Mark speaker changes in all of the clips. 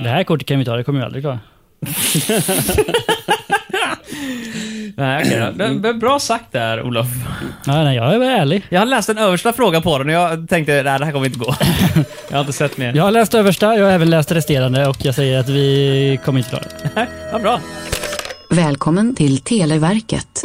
Speaker 1: Det här kortet kan vi ta, det kommer vi aldrig klara.
Speaker 2: Nej, okej då.
Speaker 1: Mm.
Speaker 2: Det- det är Bra sagt där, Olof.
Speaker 1: Nej, nej, jag är väl ärlig.
Speaker 2: Jag har läst en översta fråga på den och jag tänkte nej, det här kommer inte gå. Jag har inte sett mer.
Speaker 1: Jag har läst översta, jag har även läst resterande och jag säger att vi kommer inte klara det.
Speaker 2: Ja, bra.
Speaker 3: Välkommen till Televerket.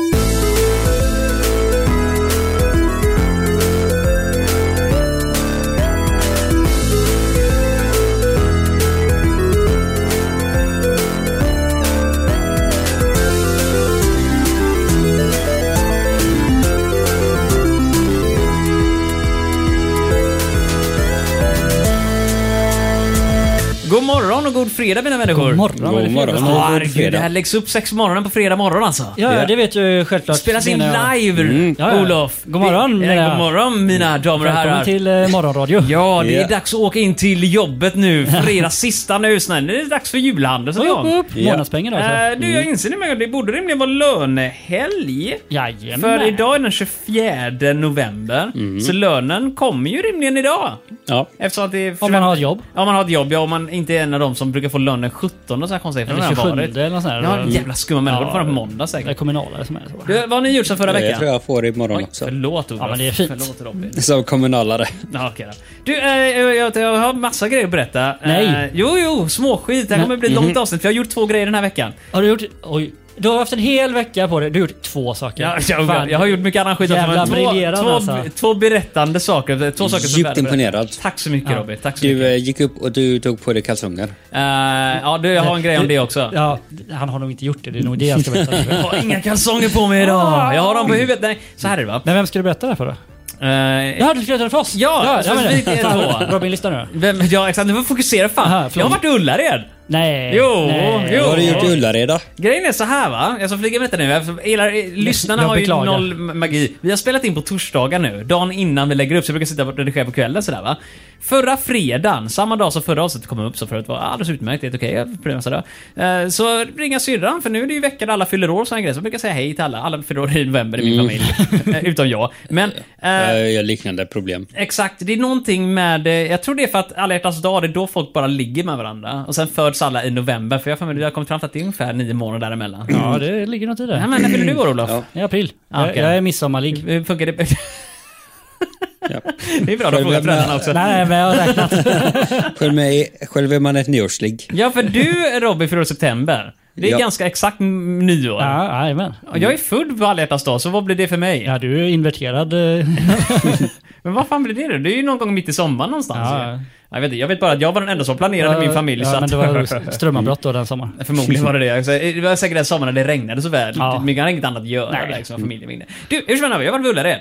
Speaker 2: God morgon och god fredag mina människor.
Speaker 1: God morgon,
Speaker 4: God
Speaker 1: eller fredag?
Speaker 4: morgon.
Speaker 1: Ja,
Speaker 4: God
Speaker 2: Herregud,
Speaker 4: fredag.
Speaker 2: det här läggs upp sex på morgonen på fredag morgon alltså.
Speaker 1: Ja, det vet du självklart.
Speaker 2: Spelas in
Speaker 1: menar jag. Mm.
Speaker 2: live,
Speaker 1: Ja, ja.
Speaker 2: Olof.
Speaker 1: God morgon,
Speaker 2: Vi-
Speaker 1: menar jag.
Speaker 2: god morgon mina damer och herrar.
Speaker 1: Välkommen till eh, morgonradio.
Speaker 2: Ja, det är
Speaker 4: Ja.
Speaker 2: dags att åka in till jobbet nu. Fredag sista nu. Snälla, det är dags för julhandel. Så det är
Speaker 1: Upp,
Speaker 2: om.
Speaker 1: upp, upp.
Speaker 4: Ja.
Speaker 1: Månadspengar då alltså.
Speaker 2: Eh, du, jag inser nu men det borde rimligen vara lönehelg.
Speaker 1: Jajamän. Mm.
Speaker 2: För idag är den 24 november, så lönen kommer ju rimligen idag.
Speaker 4: Ja.
Speaker 2: Eftersom att det är
Speaker 1: Om man har ett jobb.
Speaker 2: Om man har ett jobb, ja. Om man inte är en av dem som brukar få lönen 17 och så här konstiga för den
Speaker 1: Eller
Speaker 2: har
Speaker 1: 27
Speaker 2: varit.
Speaker 1: eller något sånt där.
Speaker 2: Ja, jävla skumma människor.
Speaker 1: Ja.
Speaker 2: Det var på måndag
Speaker 1: Det är
Speaker 2: säkert.
Speaker 1: kommunalare som är så.
Speaker 2: Du, vad har ni gjort sen förra
Speaker 4: Det
Speaker 2: veckan?
Speaker 4: tror jag får imorgon
Speaker 2: Oj,
Speaker 4: också.
Speaker 2: förlåt Olof.
Speaker 1: Ja, men det är fint.
Speaker 2: Förlåt Robin.
Speaker 4: Som kommunalare.
Speaker 2: Ja, okej då. Du, eh, jag, jag, jag har massa grejer att berätta.
Speaker 1: Nej.
Speaker 2: Eh, jo, jo, småskit. Det
Speaker 1: Nej.
Speaker 2: här
Speaker 1: Mm-hmm.
Speaker 2: kommer bli ett långt avsnitt för jag har gjort två grejer den här veckan.
Speaker 1: Har du gjort... Oj. Du har haft en hel vecka på dig. Du har gjort två saker.
Speaker 2: Jag, jag,
Speaker 1: Fan.
Speaker 2: jag har gjort mycket annan skit
Speaker 1: Jävla
Speaker 2: två,
Speaker 1: briljerande,
Speaker 2: två,
Speaker 1: alltså.
Speaker 2: två berättande saker. Två saker som är
Speaker 4: Djupt
Speaker 2: värdefulla.
Speaker 4: imponerad.
Speaker 2: Tack så mycket
Speaker 1: Ja.
Speaker 2: Robin. Tack så
Speaker 4: Du
Speaker 2: mycket.
Speaker 4: eh, gick upp och du tog på dig kalsonger.
Speaker 2: Eh, ja, du, jag har en grej om det också.
Speaker 1: Ja, han har nog inte gjort det. Det är nog det jag ska berätta.
Speaker 2: Jag har inga kalsonger på mig idag. Ah, Jag har dem på huvudet. Nej, så här är det va.
Speaker 1: Men vem ska du berätta det här för då?
Speaker 2: Eh,
Speaker 1: Ja, du ska berätta det för oss?
Speaker 2: Ja, så
Speaker 1: men
Speaker 2: vi är
Speaker 1: Fan,
Speaker 2: två.
Speaker 1: Robin, lyssna nu.
Speaker 2: vem, ja exakt, du får fokusera fan.
Speaker 1: Aha, förlåt.
Speaker 2: jag har varit i Ullared.
Speaker 1: Nej.
Speaker 2: Jo,
Speaker 1: nej.
Speaker 2: jo.
Speaker 4: Vad har du gjort i Ullared då?
Speaker 2: Grejen är så här va, jag som flyger med nu, eftersom hela- eh, lyssnarna
Speaker 1: Jag
Speaker 2: har ju
Speaker 1: beklagar.
Speaker 2: noll magi. Vi har spelat in på torsdagar nu, dagen innan vi lägger upp, så jag brukar sitta och redigera på kvällen sådär va. Förra fredagen, samma dag som förra avsnittet kom upp, så förut var ah, alldeles utmärkt, helt okej, jag prövade sådär. Eh, Så ringer syrran, för nu är det ju veckan där alla fyller år och sådana grejer, så jag brukar säga hej till alla. Alla fyller år i november i min familj. Eh, Utom jag. Men... eh,
Speaker 4: Eh, Jag har liknande problem.
Speaker 2: Exakt, det är någonting med, eh, jag tror det är för att alla hjärtans dag, det är då folk bara ligger med varandra. Och sen föds alla i november, för jag har för mig- vi har kommit fram till att det är ungefär nio månader däremellan.
Speaker 1: Ja, det ligger något i
Speaker 2: Nej,
Speaker 1: det.
Speaker 2: men när fyller du år Olof?
Speaker 4: Ja.
Speaker 1: I april.
Speaker 2: Ah, okej.
Speaker 1: Jag, jag är midsommarlig.
Speaker 2: Hur funkar det?
Speaker 4: Ja.
Speaker 2: Det är bra, du
Speaker 4: Själv
Speaker 2: frågar
Speaker 4: är
Speaker 2: föräldrarna
Speaker 4: med.
Speaker 2: också.
Speaker 1: Nej, men jag har räknat.
Speaker 4: Själv, är, själv är man ett nyårsligg.
Speaker 2: Ja, för du Robin fyller år i september. Det är
Speaker 4: Ja.
Speaker 2: ganska exakt n- nyår.
Speaker 1: Ja, jajamän.
Speaker 2: Och Jag är född på alla hjärtans dag, så vad blir det för mig?
Speaker 1: Ja, du är inverterad. eh,
Speaker 2: Men vad fan blir det då? Det är ju någon gång mitt i sommaren någonstans.
Speaker 1: Ja.
Speaker 2: ju. Jag, vet, inte, jag vet bara att jag var den enda som planerade min familj. så
Speaker 1: Ja,
Speaker 2: att...
Speaker 1: men det var strömavbrott då den sommaren.
Speaker 2: Förmodligen var det det. Så Det var säkert den sommaren när det regnade så väl.
Speaker 1: Ja.
Speaker 2: Man hade inget annat att göra.
Speaker 1: Nej.
Speaker 2: Liksom, familjen ringde. Du, hur som helst, jag var bullare.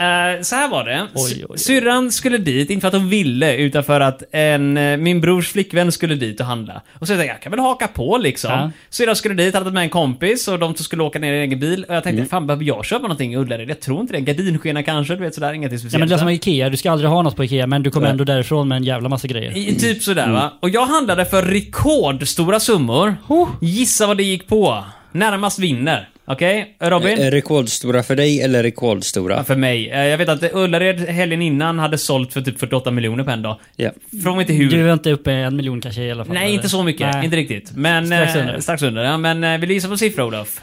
Speaker 2: Uh, så här var det.
Speaker 1: Oj,
Speaker 2: Sy-
Speaker 1: oj, oj.
Speaker 2: Syrran skulle dit, inte för att hon ville, utan för att en, eh, min brors flickvän skulle dit och handla. Och så tänkte jag, jag kan väl haka på liksom.
Speaker 1: Ja.
Speaker 2: Syrran skulle dit, hade tagit med en kompis och de två skulle åka ner i en egen bil. Och jag
Speaker 1: Mm.
Speaker 2: tänkte, fan behöver jag köpa någonting i Ullared? Jag tror inte det. En gardinskena kanske, du vet sådär. Ingenting speciellt.
Speaker 1: Ja, men det är som Ikea, du ska aldrig ha något på Ikea men du kommer ändå därifrån med en jävla massa grejer.
Speaker 2: I, typ sådär va. Och jag handlade för rekordstora summor. Gissa vad det gick på. Närmast vinner. Okej, Robin?
Speaker 4: Eh, Rekordstora för dig eller rekordstora?
Speaker 2: Ja, För mig. Eh, Jag vet att Ullared helgen innan hade sålt för typ 48 miljoner på en dag.
Speaker 4: Ja.
Speaker 2: Från inte hur.
Speaker 1: Du är inte uppe i en miljon kanske i alla fall?
Speaker 2: Nej,
Speaker 1: eller?
Speaker 2: inte så mycket.
Speaker 1: Nej.
Speaker 2: Inte riktigt. Men,
Speaker 1: Strax under.
Speaker 2: Eh, strax under. Ja, men eh, vill du gissa på siffra, Olof?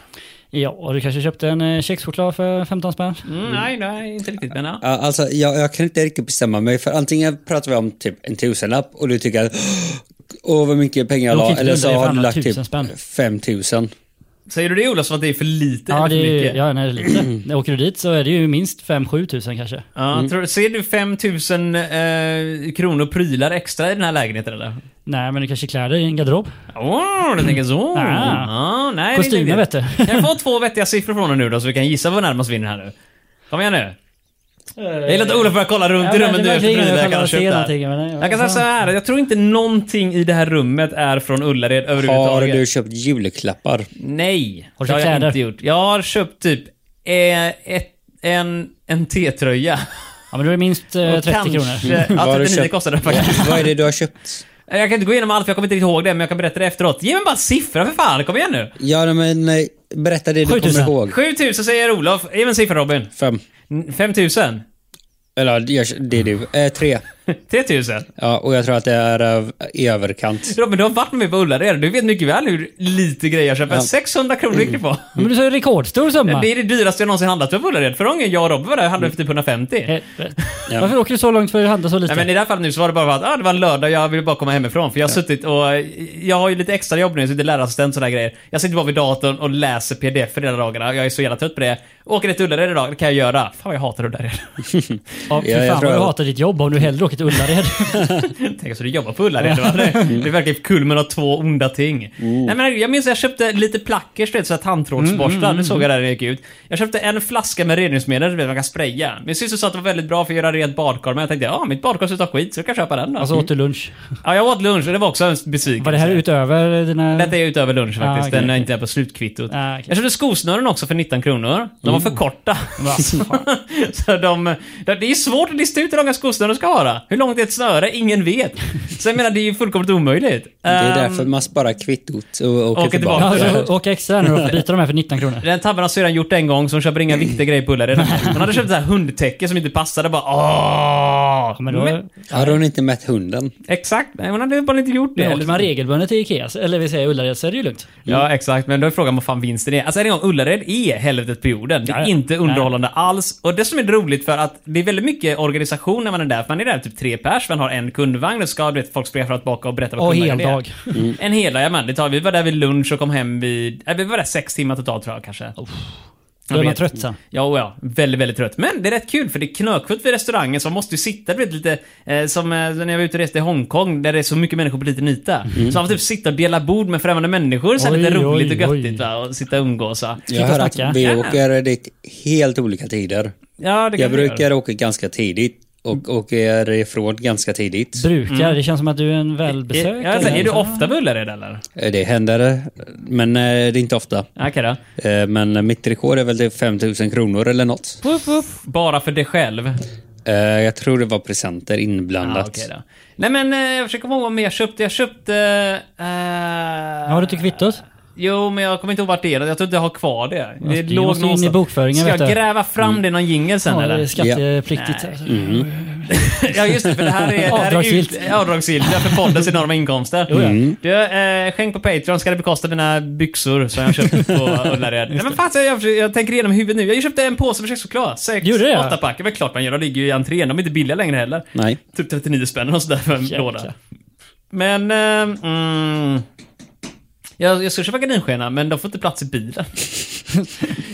Speaker 1: Ja, och du kanske köpte en eh, kexchoklad för 15 spänn?
Speaker 2: Mm, nej, nej, inte riktigt. Men ja.
Speaker 4: Ja, Alltså, jag, jag kan inte riktigt bestämma mig för antingen pratar vi om typ en tusenlapp och du tycker att åh vad mycket pengar jag
Speaker 1: Du kan
Speaker 4: la
Speaker 1: inte
Speaker 4: eller så
Speaker 1: blunda, det är
Speaker 4: har
Speaker 1: fan
Speaker 4: du lagt
Speaker 1: tusen spänn.
Speaker 4: typ 5000.
Speaker 2: Säger du det, Olof, som att det är för lite
Speaker 1: Ja,
Speaker 2: eller
Speaker 1: det
Speaker 2: för
Speaker 1: är,
Speaker 2: mycket?
Speaker 1: ju- ja, nej, det är lite. När åker du dit så är det ju minst 5-7 tusen kanske.
Speaker 2: Ja, tror, ser du 5000 eh, kronor prylar extra i den här lägenheten, eller?
Speaker 1: Nej, men du kanske kläder i en garderob?
Speaker 2: Åh, du tänker så.
Speaker 1: Ah.
Speaker 2: Ja, nej, det är
Speaker 1: Kostymer,
Speaker 2: inte
Speaker 1: vet
Speaker 2: riktigt.
Speaker 1: du.
Speaker 2: Kan jag få två vettiga siffror från er nu då, så vi kan gissa vad närmast vinner här nu? Kom igen
Speaker 1: Eh,
Speaker 2: nu. Jag gillar att Olof börjar kolla runt i rummet nu efter prylverkan har köpt där. Jag kan säga så här, jag tror inte någonting i det här rummet är från Ullared
Speaker 4: Har
Speaker 2: överhuvudtaget.
Speaker 4: du köpt julklappar?
Speaker 2: Nej,
Speaker 1: Har du
Speaker 2: det har
Speaker 1: köpt
Speaker 2: jag
Speaker 1: kläder?
Speaker 2: inte gjort. Jag har köpt typ eh, ett, en, en T-tröja.
Speaker 1: Ja, men då är det minst eh,
Speaker 2: Och
Speaker 1: 30 kronor.
Speaker 2: kanske-
Speaker 4: Vad
Speaker 2: Ja,
Speaker 4: har du
Speaker 2: 39
Speaker 4: köpt?
Speaker 2: kostade den faktiskt.
Speaker 4: Vad är det du har köpt?
Speaker 2: Jag kan inte gå igenom allt för jag kommer inte riktigt ihåg det, men jag kan berätta det efteråt. Ge mig bara siffran för fan, kom igen nu.
Speaker 4: Ja, nej, men nej, berätta det du
Speaker 1: 7000.
Speaker 4: kommer ihåg.
Speaker 2: 7000 säger Olof. Ge mig en siffra Robin.
Speaker 4: Fem.
Speaker 2: N- 5000.
Speaker 4: Eller ja, det är du. Eh, tre.
Speaker 2: 3000?
Speaker 4: Ja, och jag tror att det är eh, i överkant.
Speaker 2: Robin, du har varit med mig på Ullared. Du vet mycket väl hur lite grejer jag köper.
Speaker 4: Ja.
Speaker 2: 600 kronor gick det på.
Speaker 1: Men du sa ju rekordstor summa.
Speaker 2: Det är det dyraste jag någonsin handlat för på Ullared. Förra gången jag och Robin var där handlade vi för typ
Speaker 1: Mm.
Speaker 2: 150.
Speaker 1: Helvete. Eh, Varför åker du så långt för att handla så lite?
Speaker 2: Nej, men i det här fallet nu så var det bara för att ah, det var en lördag jag ville bara komma hemifrån. För jag har suttit och... eh, Jag har ju lite extra jobb nu, jag sitter lärarassistent och sådana grejer. Jag sitter bara vid datorn och läser pdf för hela dagarna. Jag är så jävla trött på det. Åker det till Ullared idag, det kan jag göra. Fan vad jag hatar Ullared.
Speaker 1: ja, fy
Speaker 4: Ja,
Speaker 1: fan
Speaker 4: jag tror
Speaker 1: vad du
Speaker 4: jag-
Speaker 1: hatar ditt jobb om du hellre åker till Ullared.
Speaker 2: Tänk så du jobbar på Ullared. va? Det, det verkar kulmen av två onda ting.
Speaker 1: Mm.
Speaker 2: Nej, men jag minns att jag köpte lite plackers, du vet, så här tandtrådsborstar.
Speaker 1: mm,
Speaker 2: Det såg jag där när jag gick ut. Jag köpte en flaska med reningsmedel, du vet, man kan spraya. Min syster sa att det var väldigt bra för att göra rent badkar, men jag tänkte ja, ah, mitt badkar ser ut skit, så jag kan köpa den då.
Speaker 1: alltså åt du lunch.
Speaker 2: Ja, jag åt lunch och det var också en besvikelse.
Speaker 1: Var det här utöver dina...
Speaker 2: Detta är utöver
Speaker 1: Ah,
Speaker 2: lunch faktiskt.
Speaker 1: okej,
Speaker 2: Den är
Speaker 1: okej.
Speaker 2: inte på slutkvittot.
Speaker 1: Ah, okej.
Speaker 2: Jag köpte skosnören också för 19 kronor. De var för korta.
Speaker 1: Va, fan.
Speaker 2: Så de, det är ju svårt att lista ut hur långa skosnören ska vara. Hur långt är ett snöre? Ingen vet. Så jag menar, det är ju fullkomligt omöjligt.
Speaker 4: Det är
Speaker 2: Ehm,
Speaker 4: därför man sparar kvittot och åker,
Speaker 2: åker
Speaker 4: tillbaka.
Speaker 2: tillbaka.
Speaker 1: Alltså, åka extra nu och byta de här för 19 kronor.
Speaker 2: Den tabben har syrran gjort en gång, så hon köper inga viktiga grejer på Ullared. Hon hade köpt så här hundtäcke som inte passade. Bara åh!
Speaker 1: Men då,
Speaker 2: Men-
Speaker 4: Har hon inte mätt hunden?
Speaker 2: Exakt, nej hon hade bara inte gjort det.
Speaker 1: Behåller man regelbundet i Ikea, eller vi säger Ullared, så är det ju lugnt.
Speaker 2: Ja, exakt. Men då är frågan vad fan vinsten är. Alltså en gång, Ullared är helvetet på jorden. Det är
Speaker 1: Ja, ja.
Speaker 2: inte underhållande alls. Och det som är roligt för att det är väldigt mycket organisation när man är där. För man är där typ tre pers, man har en kundvagn och ska du vet, folk springa fram och tillbaka och berätta vad
Speaker 1: Och
Speaker 2: kundvagnen
Speaker 1: heldag.
Speaker 2: är. En hel dag, jajamän. Det tar- Vi var där vid lunch och kom hem vid... Äh, vi var där sex timmar totalt tror jag kanske.
Speaker 1: Då är man
Speaker 2: vet.
Speaker 1: trött sen.
Speaker 2: Ja, och ja. Väldigt, väldigt trött. Men det är rätt kul för det är knökfullt vid restaurangen så man måste ju sitta du vet, lite eh, som eh, när jag var ute och reste i Hongkong där det är så mycket människor på liten yta. Så man får typ sitta och dela bord med främmande människor så här
Speaker 1: Mm. Oj,
Speaker 2: lite roligt
Speaker 1: oj,
Speaker 2: och
Speaker 1: oj.
Speaker 2: göttigt va? och sitta och umgås. Va?
Speaker 4: Jag hör
Speaker 1: snacka.
Speaker 4: att vi
Speaker 2: Ja.
Speaker 4: åker dit helt olika tider.
Speaker 2: Ja, det kan
Speaker 4: Jag
Speaker 2: vi göra.
Speaker 4: brukar åka ganska tidigt och åker ifrån ganska tidigt.
Speaker 1: Brukar, det känns som att du är en
Speaker 2: Är,
Speaker 1: välbesökare.
Speaker 2: jag säger, Mm. alltså, är du ofta på Ullared eller?
Speaker 4: Eh, Det händer, men eh, det är inte ofta.
Speaker 2: Okej då.
Speaker 4: Eh, Men mitt rekord är väl typ 5000 kronor eller något.
Speaker 2: Puff, puff. Bara för dig själv.
Speaker 4: Eh, Jag tror det var presenter
Speaker 2: Ja,
Speaker 4: inblandat.
Speaker 2: Ah, okej då. Nej men eh, jag försöker komma ihåg vad mer jag köpte. Jag köpte... eh,
Speaker 1: Har du inte kvittot?
Speaker 2: Jo, men jag kommer inte ihåg vart det är. Jag tror inte jag har kvar det. Det
Speaker 1: måste in i bokföringen,
Speaker 2: Ska
Speaker 1: vet
Speaker 2: jag
Speaker 1: du. Mm.
Speaker 2: gräva fram det i någon jingel sen
Speaker 1: Ja, det är
Speaker 2: eller?
Speaker 1: skattepliktigt.
Speaker 2: Ja just det, för det här är...
Speaker 1: Avdragsgillt.
Speaker 2: Det här är ut- avdragsgillt, ja, för poddens enorma inkomster.
Speaker 1: Mm.
Speaker 2: Du, eh, skänk på Patreon ska det bekosta dina byxor som jag köpte på Ullared. Nej men fan, så jag, jag, jag tänker igenom huvudet nu. Jag köpte en påse med kexchoklad. Sex,
Speaker 1: Gjorde det?
Speaker 2: åtta pack. Det är väl klart man gör, de ligger ju i entrén. De är inte billiga längre heller.
Speaker 4: Nej.
Speaker 2: Typ 39 spänn och sådär för en
Speaker 1: Jäklar.
Speaker 2: låda. Men... Eh, mm, jag, jag skulle köpa gardinskena, men de får inte plats i bilen.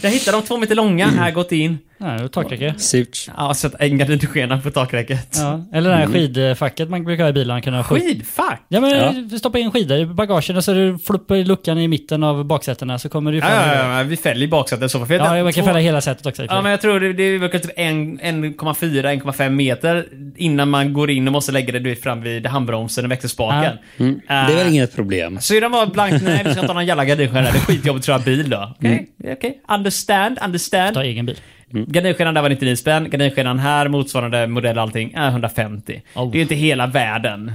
Speaker 2: jag hittade de två meter långa, här gått in.
Speaker 1: Nej, och takräcke.
Speaker 2: Mm.
Speaker 4: Surt.
Speaker 2: Ja, så att en gardinskena på takräcket.
Speaker 1: Ja. Eller det
Speaker 4: Mm.
Speaker 1: här skidfacket man brukar ha i bilarna. Kunna skjuta-
Speaker 2: Skidfack!
Speaker 1: Ja men stoppa in skidor i bagagen och så du får upp i luckan i mitten av baksätena så kommer du fram.
Speaker 2: Ja, ja, ja, ja, vi fäller ju baksätet i så fall. För jag vet
Speaker 1: Ja,
Speaker 2: att
Speaker 1: man kan
Speaker 2: två-
Speaker 1: fälla hela sätet också. i och för
Speaker 2: Ja,
Speaker 1: sig.
Speaker 2: men jag tror det, det verkar typ en- 1,4-1,5 meter innan man går in och måste lägga det du vet, fram vid handbromsen och växelspaken.
Speaker 4: Mm. Det är väl
Speaker 2: Eh,
Speaker 4: inget problem.
Speaker 2: Syrran var blankt, nej vi ska inte ha någon jävla gardinskena, det är skitjobbigt att köra bil då. Mm. Okej, okej. Understand, understand.
Speaker 1: Ta egen bil.
Speaker 2: Gardinskenan där var 99 spänn, gardinskenan här, motsvarande modell och allting, är 150.
Speaker 1: Oh.
Speaker 2: Det är ju inte hela världen.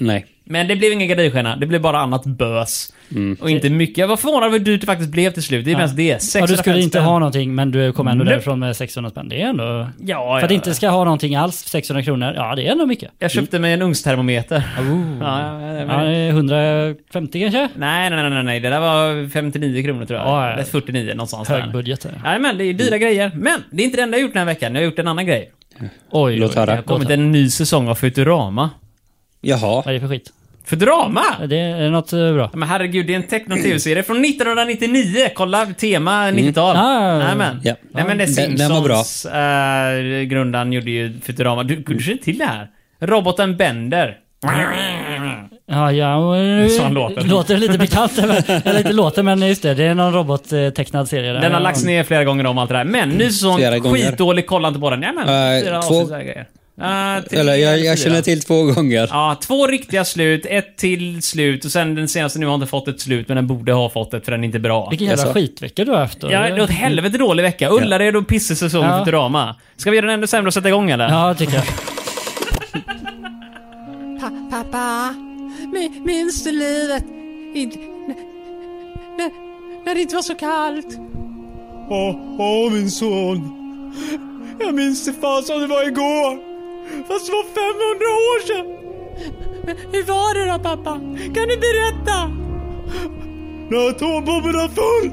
Speaker 4: Nej.
Speaker 2: Men det blev ingen gardinskena, det blev bara annat bös. Och inte mycket. Jag var förvånad över hur dyrt det faktiskt blev till slut. Det är mest det. 650
Speaker 1: Mm. Ja, du skulle inte
Speaker 2: spänn.
Speaker 1: ha någonting men du kom ändå
Speaker 2: Nej.
Speaker 1: därifrån med 600 spänn. Det är ändå...
Speaker 2: Ja,
Speaker 1: För
Speaker 2: ja,
Speaker 1: att inte
Speaker 2: ja.
Speaker 1: ska ha någonting alls, 600 kronor, ja det är ändå mycket.
Speaker 2: Jag köpte mig en ugnstermometer. Ja, ja,
Speaker 1: Ja,
Speaker 2: ja,
Speaker 1: det
Speaker 2: men...
Speaker 1: är 150 kanske?
Speaker 2: Nej, nej, nej, nej, nej. Det där var 59 kronor tror jag.
Speaker 1: Ja, ja.
Speaker 2: Eller 49 någonstans
Speaker 1: Hög
Speaker 2: där.
Speaker 1: budget. där.
Speaker 2: Nej, men det är
Speaker 4: Mm.
Speaker 2: dyra grejer. Men det är inte det enda jag gjort den här veckan. Jag har gjort en annan grej.
Speaker 1: Oj,
Speaker 4: Låt höra.
Speaker 2: Det har kommit en ny säsong av Futurama.
Speaker 1: Vad är
Speaker 4: Jaha.
Speaker 1: det för skit?
Speaker 2: Futurama!
Speaker 1: Det är det något eh, bra.
Speaker 2: Ja, Men herregud, det är en techno-tv-serie från 1999. Kolla, tema 90-tal.
Speaker 1: Mm. Ah.
Speaker 2: Nej, men.
Speaker 4: Ja.
Speaker 2: Nej, men det är
Speaker 4: Den- den
Speaker 2: Simpsons.
Speaker 4: var bra.
Speaker 2: eh, grundaren gjorde ju Futurama. Du, du känner till det här? Roboten Bender.
Speaker 1: Ja, ja, och-
Speaker 2: Så han låter.
Speaker 1: låter lite bekant. men- Eller inte låter, men just det. Det är någon robottecknad serie. Där.
Speaker 2: Den har lagts ner flera gånger om allt det där. Men nu sån
Speaker 4: Ah. Flera gånger.
Speaker 2: skitdålig, kolla inte på den. Jajamän,
Speaker 4: Eh,
Speaker 2: fyra
Speaker 4: två-
Speaker 2: avsnitt så här grejer. Eh, till-
Speaker 4: Eller jag, jag
Speaker 2: fyra.
Speaker 4: känner till två gånger.
Speaker 2: Ja, två riktiga slut, ett till slut och sen den senaste nu har inte fått ett slut men den borde ha fått ett för den är inte bra.
Speaker 1: Vilken jävla
Speaker 4: Jaså?
Speaker 1: skitvecka du har haft. då.
Speaker 2: Ja, det är åt helvete dålig vecka. Ullared och pissig säsong
Speaker 1: Ja.
Speaker 2: för Futurama. Ska vi göra den ännu sämre och sätta igång eller?
Speaker 1: Ja, tycker jag.
Speaker 5: Pa pappa, mi- minns du livet? Inte, när, när det inte var så kallt?
Speaker 6: Åh, åh min son. Jag minns det fan som det var igår.
Speaker 5: Fast det var 500 år sedan! Hur var det då pappa? Kan du berätta?
Speaker 6: När atombomberna föll!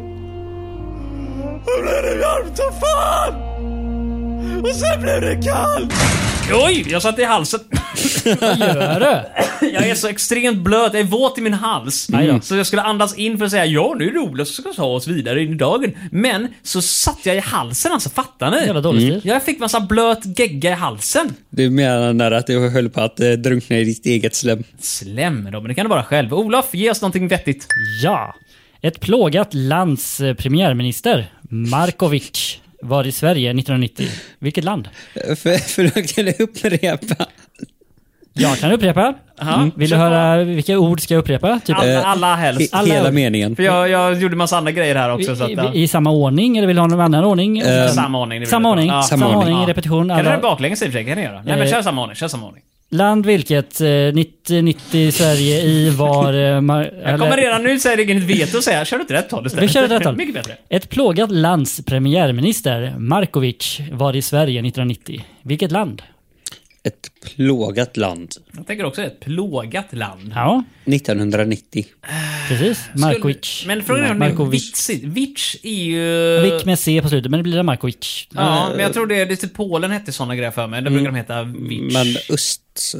Speaker 6: Då blev det varmt som fan! Och sen blev det kallt!
Speaker 2: Oj, jag satte i halsen.
Speaker 1: Gör det?
Speaker 2: Jag är så extremt blöt, jag är våt i min hals.
Speaker 1: Mm.
Speaker 2: Så jag skulle andas in för att säga ja, nu är det Ola som ska ta oss vidare in i dagen. Men så satte jag i halsen alltså, fattar ni? Mm.
Speaker 1: Jävla dålig stil.
Speaker 2: Jag fick massa blöt gegga i halsen.
Speaker 4: Du menar att du höll på att eh, drunkna i ditt eget slem?
Speaker 2: Slem då, men det kan du bara själv. Olof, ge oss någonting vettigt.
Speaker 1: Ja. Ett plågat lands eh, premiärminister, Markovic, var i Sverige 1990. Vilket land?
Speaker 4: För, för då kan du upprepa.
Speaker 1: Jag kan upprepa. Mm. Vill du höra vilka ord ska jag upprepa? Typ,
Speaker 2: Alla,
Speaker 4: Eh,
Speaker 2: alla
Speaker 4: He,
Speaker 2: helst.
Speaker 4: hela meningen.
Speaker 2: För jag, jag gjorde massa andra grejer här också. Så att,
Speaker 1: i,
Speaker 2: ja.
Speaker 1: i, I samma ordning eller vill du ha någon annan ordning?
Speaker 4: Eh,
Speaker 2: samma ordning. det vill
Speaker 1: samma
Speaker 2: jag.
Speaker 1: ordning.
Speaker 2: Ja.
Speaker 1: Samma
Speaker 4: samma
Speaker 1: ordning,
Speaker 2: ordning.
Speaker 1: repetition.
Speaker 2: Kan du
Speaker 1: alla-
Speaker 2: det baklänges i och för sig? kan du göra. Nej men
Speaker 1: Eh.
Speaker 2: kör samma ordning, kör samma ordning.
Speaker 1: Land vilket eh, 90-90 Sverige i var... Eh, mar-
Speaker 2: Jag kommer redan nu säga det inget veto och säga, kör du inte rätt håll istället?
Speaker 1: Vi kör åt rätt håll.
Speaker 2: Mycket bättre.
Speaker 1: Ett plågat lands premiärminister, Markovic, var i Sverige 1990. Vilket land?
Speaker 4: Ett plågat land.
Speaker 2: Jag tänker också ett plågat land.
Speaker 1: Ja,
Speaker 4: 1990.
Speaker 1: precis. Markovic.
Speaker 2: Men frågan är om det är
Speaker 1: Markovic.
Speaker 2: vitsigt. Vits är ju...
Speaker 1: Vic med C på slutet, men det blir Markovic.
Speaker 2: Ja, men jag tror det är lite Polen hette sådana grejer för mig. Där brukar de heta Vits.
Speaker 4: Men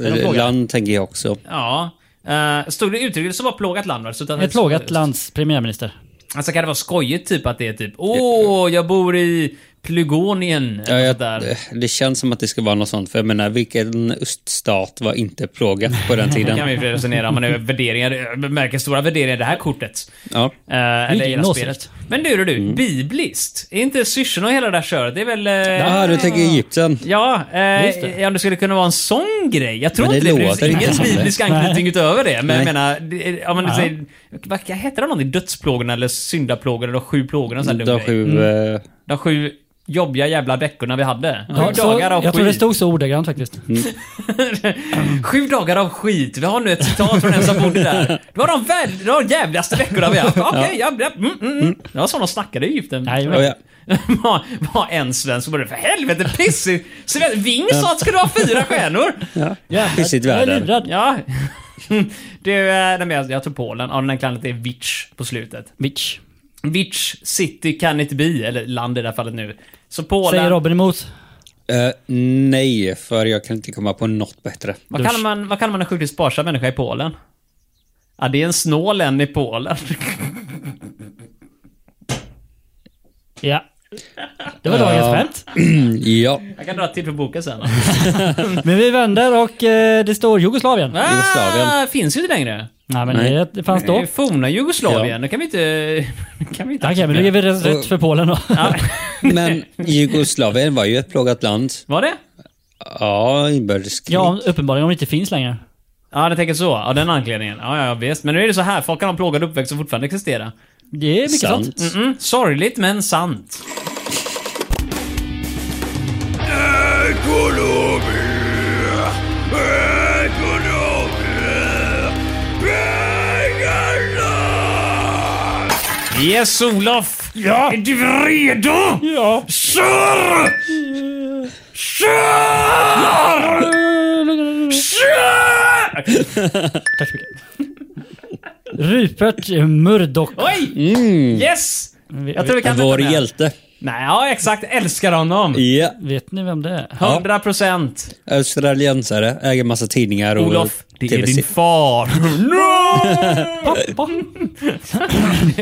Speaker 2: de plågade?
Speaker 4: östland tänker jag också.
Speaker 2: Ja. Eh, stod det uttrycket så var plågat land va? Så att-
Speaker 1: Ett plågat lands premiärminister.
Speaker 2: Alltså kan det vara skojigt typ att det är typ Åh, jag bor i Plugonien.
Speaker 4: Ja,
Speaker 2: eller
Speaker 4: jag,
Speaker 2: sånt Alltså där.
Speaker 4: det känns som att det ska vara något sånt, för jag menar vilken öststat var inte plågat på den
Speaker 2: Det kan vi
Speaker 4: tiden?
Speaker 2: ju resonera om, men det är värderingar, jag märker stora värderingar i det här kortet.
Speaker 4: Ja.
Speaker 2: Eh, eller i hela
Speaker 1: din
Speaker 2: spelet. Men du, du, du. Bibliskt. Är inte syrsorna och hela det där köret? Det är väl... eh,
Speaker 4: Ah, du tänker Egypten.
Speaker 2: Ja,
Speaker 1: Just
Speaker 2: eh,
Speaker 1: det.
Speaker 2: ja, om det skulle kunna vara en sån grej. Jag tror
Speaker 4: Men det
Speaker 2: inte det, för
Speaker 4: låter
Speaker 2: det finns
Speaker 4: inte
Speaker 2: ingen
Speaker 4: som det.
Speaker 2: biblisk anknytning utöver det. Men jag
Speaker 4: Nej.
Speaker 2: menar, det är- om man
Speaker 1: Ja.
Speaker 2: säger, vad heter det någonting? Dödsplågorna eller syndaplågorna, de sju plågorna och sån här dum
Speaker 4: De
Speaker 2: grej.
Speaker 4: sju... eh,
Speaker 2: De sju jobbiga jävla veckorna vi hade. Sju
Speaker 1: Ja, så-
Speaker 2: dagar av
Speaker 1: jag tror det
Speaker 2: skit.
Speaker 1: stod så ordagrant faktiskt.
Speaker 2: Sju dagar av skit. Vi har nu ett citat från en som bodde där. Det var de, väl, de jävligaste veckorna vi haft. Okej, ja. ja, mm, mm, mm. Det var så de snackade i Egypten.
Speaker 1: Nej,
Speaker 4: oh, ja.
Speaker 2: var, var en svensk som bara för helvete piss! i- Sven- Ving sa att skulle ha fyra stjärnor!
Speaker 4: Pissigt
Speaker 1: Jag är
Speaker 4: väder.
Speaker 1: lurad.
Speaker 2: Ja. Du, eh, nej, men jag, jag tog Polen. Ja, den här klandet är Vich på slutet.
Speaker 1: Vic.
Speaker 2: Vich city can it be, eller land i det här fallet nu. Så Polen...
Speaker 1: Säger Robin emot.
Speaker 4: Eh, nej, för jag kan inte komma på något bättre.
Speaker 2: vad, kallar man, vad kallar man en sjukligt sparsam människa i Polen? Ja, det är en snål en i Polen.
Speaker 1: Ja. Det var dagens skämt.
Speaker 4: Mm, Ja,
Speaker 2: Jag kan dra ett till för boken sen.
Speaker 1: Men vi vänder och eh, det står Jugoslavien. Nej,
Speaker 2: Ah,
Speaker 4: Jugoslavien.
Speaker 2: finns ju inte längre.
Speaker 1: men
Speaker 4: Nej.
Speaker 1: Det, det fanns
Speaker 2: Det
Speaker 1: då.
Speaker 2: är forna Jugoslavien. Det kan vi inte... Kan vi inte Ah,
Speaker 1: Okej, men då ger vi det
Speaker 4: Och-
Speaker 1: rätt för Polen då.
Speaker 2: Ja.
Speaker 4: men Jugoslavien var ju ett plågat land.
Speaker 2: Var det?
Speaker 4: Ja, inbördeskrig.
Speaker 1: Ja, uppenbarligen om det inte finns längre.
Speaker 2: Ja, det tänker så. Ja, den anledningen. Ja, ja, ja, visst. Men nu är det så här. Folk kan ha en plågad uppväxt och fortfarande existera.
Speaker 1: Det är mycket sant.
Speaker 4: Sant.
Speaker 2: Mm, sorgligt men sant.
Speaker 6: Ekonomi! Ekonomi! Pengarna!
Speaker 2: Yes, Olof!
Speaker 1: Ja!
Speaker 6: Är du redo?
Speaker 1: Ja!
Speaker 6: Kör! Kör! Kör!
Speaker 1: Tack så mycket. Rupert Murdoch.
Speaker 2: Oj!
Speaker 4: Mm.
Speaker 2: Yes! Jag tror vi Mm. kan
Speaker 4: Vår
Speaker 2: detta med.
Speaker 4: hjälte.
Speaker 2: Nej, ja, exakt. Älskar honom.
Speaker 4: Ja,
Speaker 1: Vet ni vem det är?
Speaker 2: 100 procent.
Speaker 4: australiensare, äger massa tidningar och
Speaker 2: Olof, det är din
Speaker 4: TV-serier.
Speaker 2: far. No! Pappa!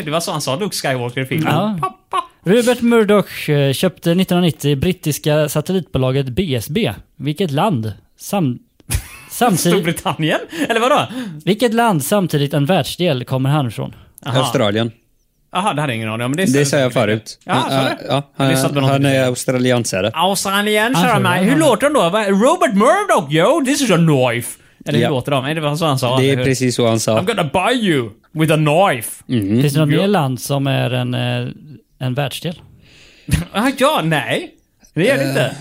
Speaker 2: Det var så han sa Luke Skywalker i filmen.
Speaker 1: Ja.
Speaker 2: Pappa!
Speaker 1: Rupert Murdoch eh, köpte 1990 brittiska satellitbolaget BSB. Vilket land? Sam
Speaker 2: Typ.
Speaker 1: samtidigt,
Speaker 2: Storbritannien? Eller vadå?
Speaker 1: vilket land samtidigt en världsdel kommer han ifrån?
Speaker 4: Australien.
Speaker 2: Jaha, det hade jag ingen aning om. Men det,
Speaker 4: Det sa jag förut. Mm,
Speaker 2: Ja, sa du?
Speaker 4: ja,
Speaker 2: Det satt
Speaker 4: han,
Speaker 2: med
Speaker 4: han
Speaker 2: någonting.
Speaker 4: är australiensare.
Speaker 2: Australien,
Speaker 1: Han
Speaker 2: kära
Speaker 1: sa det,
Speaker 2: mig.
Speaker 1: han
Speaker 2: Hur
Speaker 1: sa det.
Speaker 2: låter de då? Va- Robert Murdoch, yo, this is a knife. Eller hur
Speaker 4: Ja.
Speaker 2: låter de? Nej, Det var så han sa.
Speaker 4: Det
Speaker 2: eller hur?
Speaker 4: är precis Mm. så han
Speaker 2: I'm
Speaker 4: sa.
Speaker 2: gonna buy you with a knife.
Speaker 1: Finns det något
Speaker 2: Ja.
Speaker 1: mer land som är en, eh, en världsdel?
Speaker 2: Ah, ja, nej. Det gör det
Speaker 4: Eh.
Speaker 2: inte.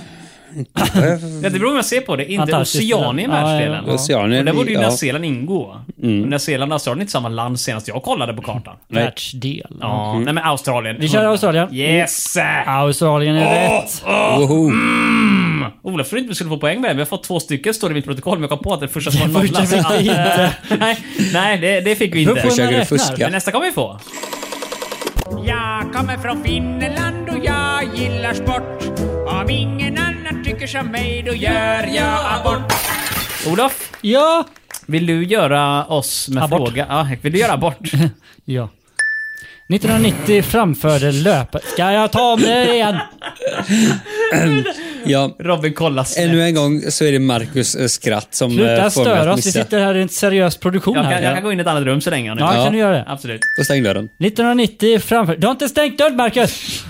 Speaker 2: Ja, det beror på hur man ser på det. Inte
Speaker 1: Antarktis,
Speaker 2: Oceanien
Speaker 1: ja, ja,
Speaker 2: världsdelen.
Speaker 1: ja.
Speaker 4: Oceanien,
Speaker 2: Och där borde ju
Speaker 4: ja.
Speaker 2: Nya Zeeland ingå. Mm. Nya Zeeland och Australien är inte samma land senast jag kollade på kartan.
Speaker 1: Världsdel.
Speaker 2: Ja, nej men Australien. Ah,
Speaker 1: Vi kör Australien.
Speaker 2: Yes!
Speaker 1: Australien är rätt.
Speaker 4: Woho!
Speaker 2: fem! Olof trodde inte vi skulle få poäng med det, vi har fått två stycken står det i mitt protokoll, men jag kom på att det första som var
Speaker 1: första
Speaker 2: nollan. så
Speaker 1: fick vi
Speaker 2: att, eh, Nej, nej det, det fick vi
Speaker 1: Beror på hur
Speaker 2: inte.
Speaker 1: man
Speaker 4: Försöker du
Speaker 1: räknar.
Speaker 4: fuska?
Speaker 2: Men nästa kommer vi få.
Speaker 7: Jag kommer från Finland och jag gillar sport. Om ingen annan tycker som mig, då gör jag abort.
Speaker 2: Olof,
Speaker 1: Ja!
Speaker 2: vill du göra oss med
Speaker 1: Abort.
Speaker 2: fråga? Ja, vill du göra abort?
Speaker 1: Ja. 1990 framförde löp... Ska jag ta om det igen?
Speaker 4: Ja,
Speaker 2: Robin kollar snett.
Speaker 4: ännu en gång så är det Marcus eh, skratt som eh,
Speaker 1: Sluta
Speaker 4: får mig
Speaker 1: störa
Speaker 4: att
Speaker 1: oss, vi
Speaker 4: missa.
Speaker 1: sitter här i en seriös produktion
Speaker 2: Jag kan, jag
Speaker 1: här.
Speaker 2: kan gå in i ett annat rum så länge om ni
Speaker 1: Ja,
Speaker 2: vill.
Speaker 1: kan du göra det?
Speaker 2: Absolut.
Speaker 4: Och stäng dörren.
Speaker 1: 1990 framför... Du har inte stängt dörren, Marcus!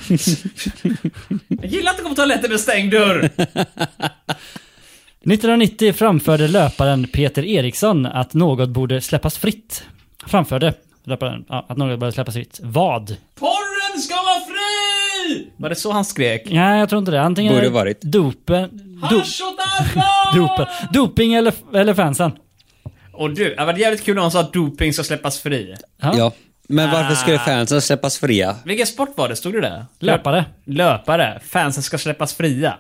Speaker 2: Jag gillar att du kommer på toaletten med stängd dörr.
Speaker 1: 1990 framförde löparen Peter Eriksson att något borde släppas fritt. Framförde löparen ja, att något borde släppas fritt. Vad?
Speaker 2: Porren ska vara fri! Var det så han skrek?
Speaker 1: Nej, jag tror inte det. Antingen
Speaker 4: Borde
Speaker 1: är det
Speaker 4: varit.
Speaker 1: dopen... Do,
Speaker 2: Hasch åt alla!
Speaker 1: dopen. Doping eller, eller fansen.
Speaker 2: Och du, det var jävligt kul när han sa att doping ska släppas fri.
Speaker 1: Ja.
Speaker 4: Ja. Men varför skulle fansen släppas fria?
Speaker 2: Vilken sport var det? Stod det där?
Speaker 1: Löpare.
Speaker 2: Löpare. Fansen ska släppas fria.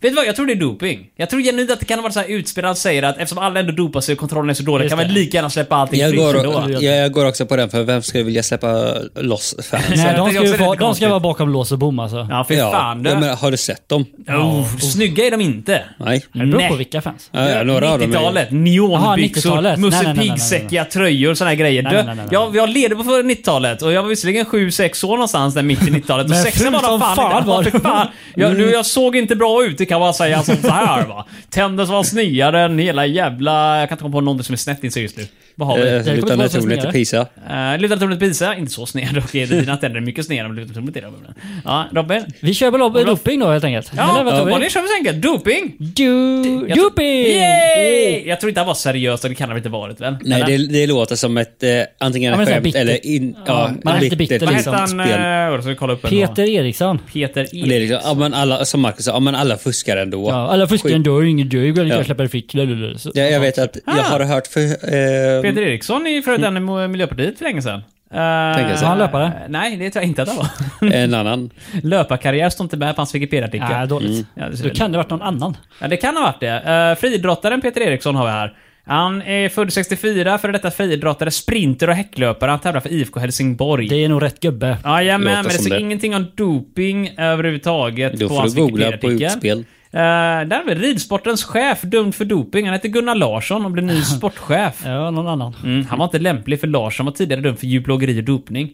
Speaker 2: Vet du vad? Jag tror det är doping. Jag tror genuint att det kan vara så här utspelare som säger att eftersom alla ändå dopar sig och kontrollen är så dålig
Speaker 1: Just
Speaker 2: kan man
Speaker 1: det.
Speaker 2: lika gärna släppa allting
Speaker 4: Jag
Speaker 2: fritt
Speaker 4: går,
Speaker 2: ändå.
Speaker 4: jag, jag går också på den, för vem skulle vilja släppa loss fans?
Speaker 1: Nej,
Speaker 2: jag
Speaker 1: de
Speaker 2: tycker
Speaker 1: ska, ju
Speaker 2: också det är
Speaker 1: vara,
Speaker 2: lite
Speaker 1: de ska
Speaker 2: konstigt.
Speaker 1: vara bakom lås och bom alltså.
Speaker 2: Ja, fy fan du.
Speaker 4: jag menar, har du sett dem?
Speaker 2: oh, snygga är de inte.
Speaker 4: Nej.
Speaker 1: Det beror på
Speaker 2: Nej.
Speaker 1: vilka fans.
Speaker 4: Ja, ja, några av dem är-
Speaker 2: 90-talet,
Speaker 1: Jaha,
Speaker 2: neonbyxor,
Speaker 1: 90-talet. Nej, nej,
Speaker 2: Musse
Speaker 1: nej, nej, nej.
Speaker 2: Pigg-säckiga tröjor, såna här grejer.
Speaker 1: Nej,
Speaker 2: Du,
Speaker 1: nej, nej, nej,
Speaker 2: jag, jag leder på 90-talet och jag var visserligen 7-6 år någonstans där mitt i 90-talet och
Speaker 1: Men
Speaker 2: sexan
Speaker 1: ful
Speaker 2: var de
Speaker 1: som
Speaker 2: fan,
Speaker 1: fan
Speaker 2: inte.
Speaker 1: var
Speaker 2: Ja, för
Speaker 1: du. Mm.
Speaker 2: fan. Jag, nu, jag såg inte bra ut, det kan man säga som så här va. Tändes var snyggare än hela jävla... Jag kan inte komma på någonting som är snett inser just nu. Vad har vi?
Speaker 4: Eh,
Speaker 1: kommer
Speaker 4: Lutar
Speaker 1: inte ihåg
Speaker 4: naturligt
Speaker 1: vad
Speaker 4: till
Speaker 1: som
Speaker 4: Pisa.
Speaker 2: Uh, Lutar tummen till Pisa, inte så sned dock. är det. Dina tänder är mycket snedare än lutar tummen till dig, Robin. Ja, Robin?
Speaker 1: Vi kör väl ob- doping då helt enkelt?
Speaker 2: Ja,
Speaker 1: Eller vad tror
Speaker 2: ja,
Speaker 1: vi?
Speaker 2: det kör vi så enkelt. Doping!
Speaker 1: Du-
Speaker 2: Jag-
Speaker 1: Doping!
Speaker 2: Yay! Jag tror inte han var seriös, och det kan han väl inte varit väl?
Speaker 4: Nej,
Speaker 2: Eller?
Speaker 4: det, det låter som ett eh, antingen
Speaker 1: Ja, men
Speaker 4: ett
Speaker 1: så här
Speaker 4: skämt
Speaker 1: bitter.
Speaker 4: eller in,
Speaker 1: Ja,
Speaker 4: ja,
Speaker 1: man är lite bitter,
Speaker 2: Vad
Speaker 1: liksom.
Speaker 2: hette han?
Speaker 4: spel.
Speaker 2: eh, vad ska vi kolla upp en
Speaker 1: Peter Eriksson.
Speaker 2: då? Peter
Speaker 4: Och Det är
Speaker 2: E.
Speaker 4: liksom, ja, men alla, som Marcus sa, ja, men alla fuskar ändå.
Speaker 1: Ja, alla fuskaren
Speaker 4: Skit.
Speaker 1: dör ju ingen dög, han
Speaker 4: Ja.
Speaker 1: kan släppa det fritt. Lalalala. Så-
Speaker 4: Ja, jag vet att jag har hört för... Eh,
Speaker 2: Peter Eriksson är ju förut en i Miljöpartiet för länge sedan. Uh,
Speaker 4: jag
Speaker 1: säga. Var han löpare?
Speaker 2: Nej, det tror jag inte att han var.
Speaker 4: en annan.
Speaker 2: Löparkarriär står inte med på hans Wikipedia-artikel.
Speaker 1: Nej, dåligt.
Speaker 2: Ja, det ser
Speaker 1: Då
Speaker 2: väl-
Speaker 1: kan det varit någon annan.
Speaker 2: Ja, det kan ha varit det. Uh, friidrottaren Peter Eriksson har vi här. Han är född 64, före detta friidrottare, sprinter och häcklöpare. Han tävlar för IFK Helsingborg.
Speaker 1: Det är nog rätt gubbe.
Speaker 2: Jajamän,
Speaker 4: Låter
Speaker 2: men det
Speaker 4: som
Speaker 2: står
Speaker 4: det.
Speaker 2: ingenting om doping överhuvudtaget
Speaker 4: Då
Speaker 2: på
Speaker 4: får
Speaker 2: hans
Speaker 4: du googla på
Speaker 2: Wikipedia-artikel.
Speaker 4: utspel.
Speaker 2: Eh, där har vi ridsportens chef dömd för doping. Han heter Gunnar Larsson och blev ny sportchef.
Speaker 1: Ja, någon annan.
Speaker 2: Mm, han var inte lämplig för Larsson var tidigare dömd för djurplågeri och dopning.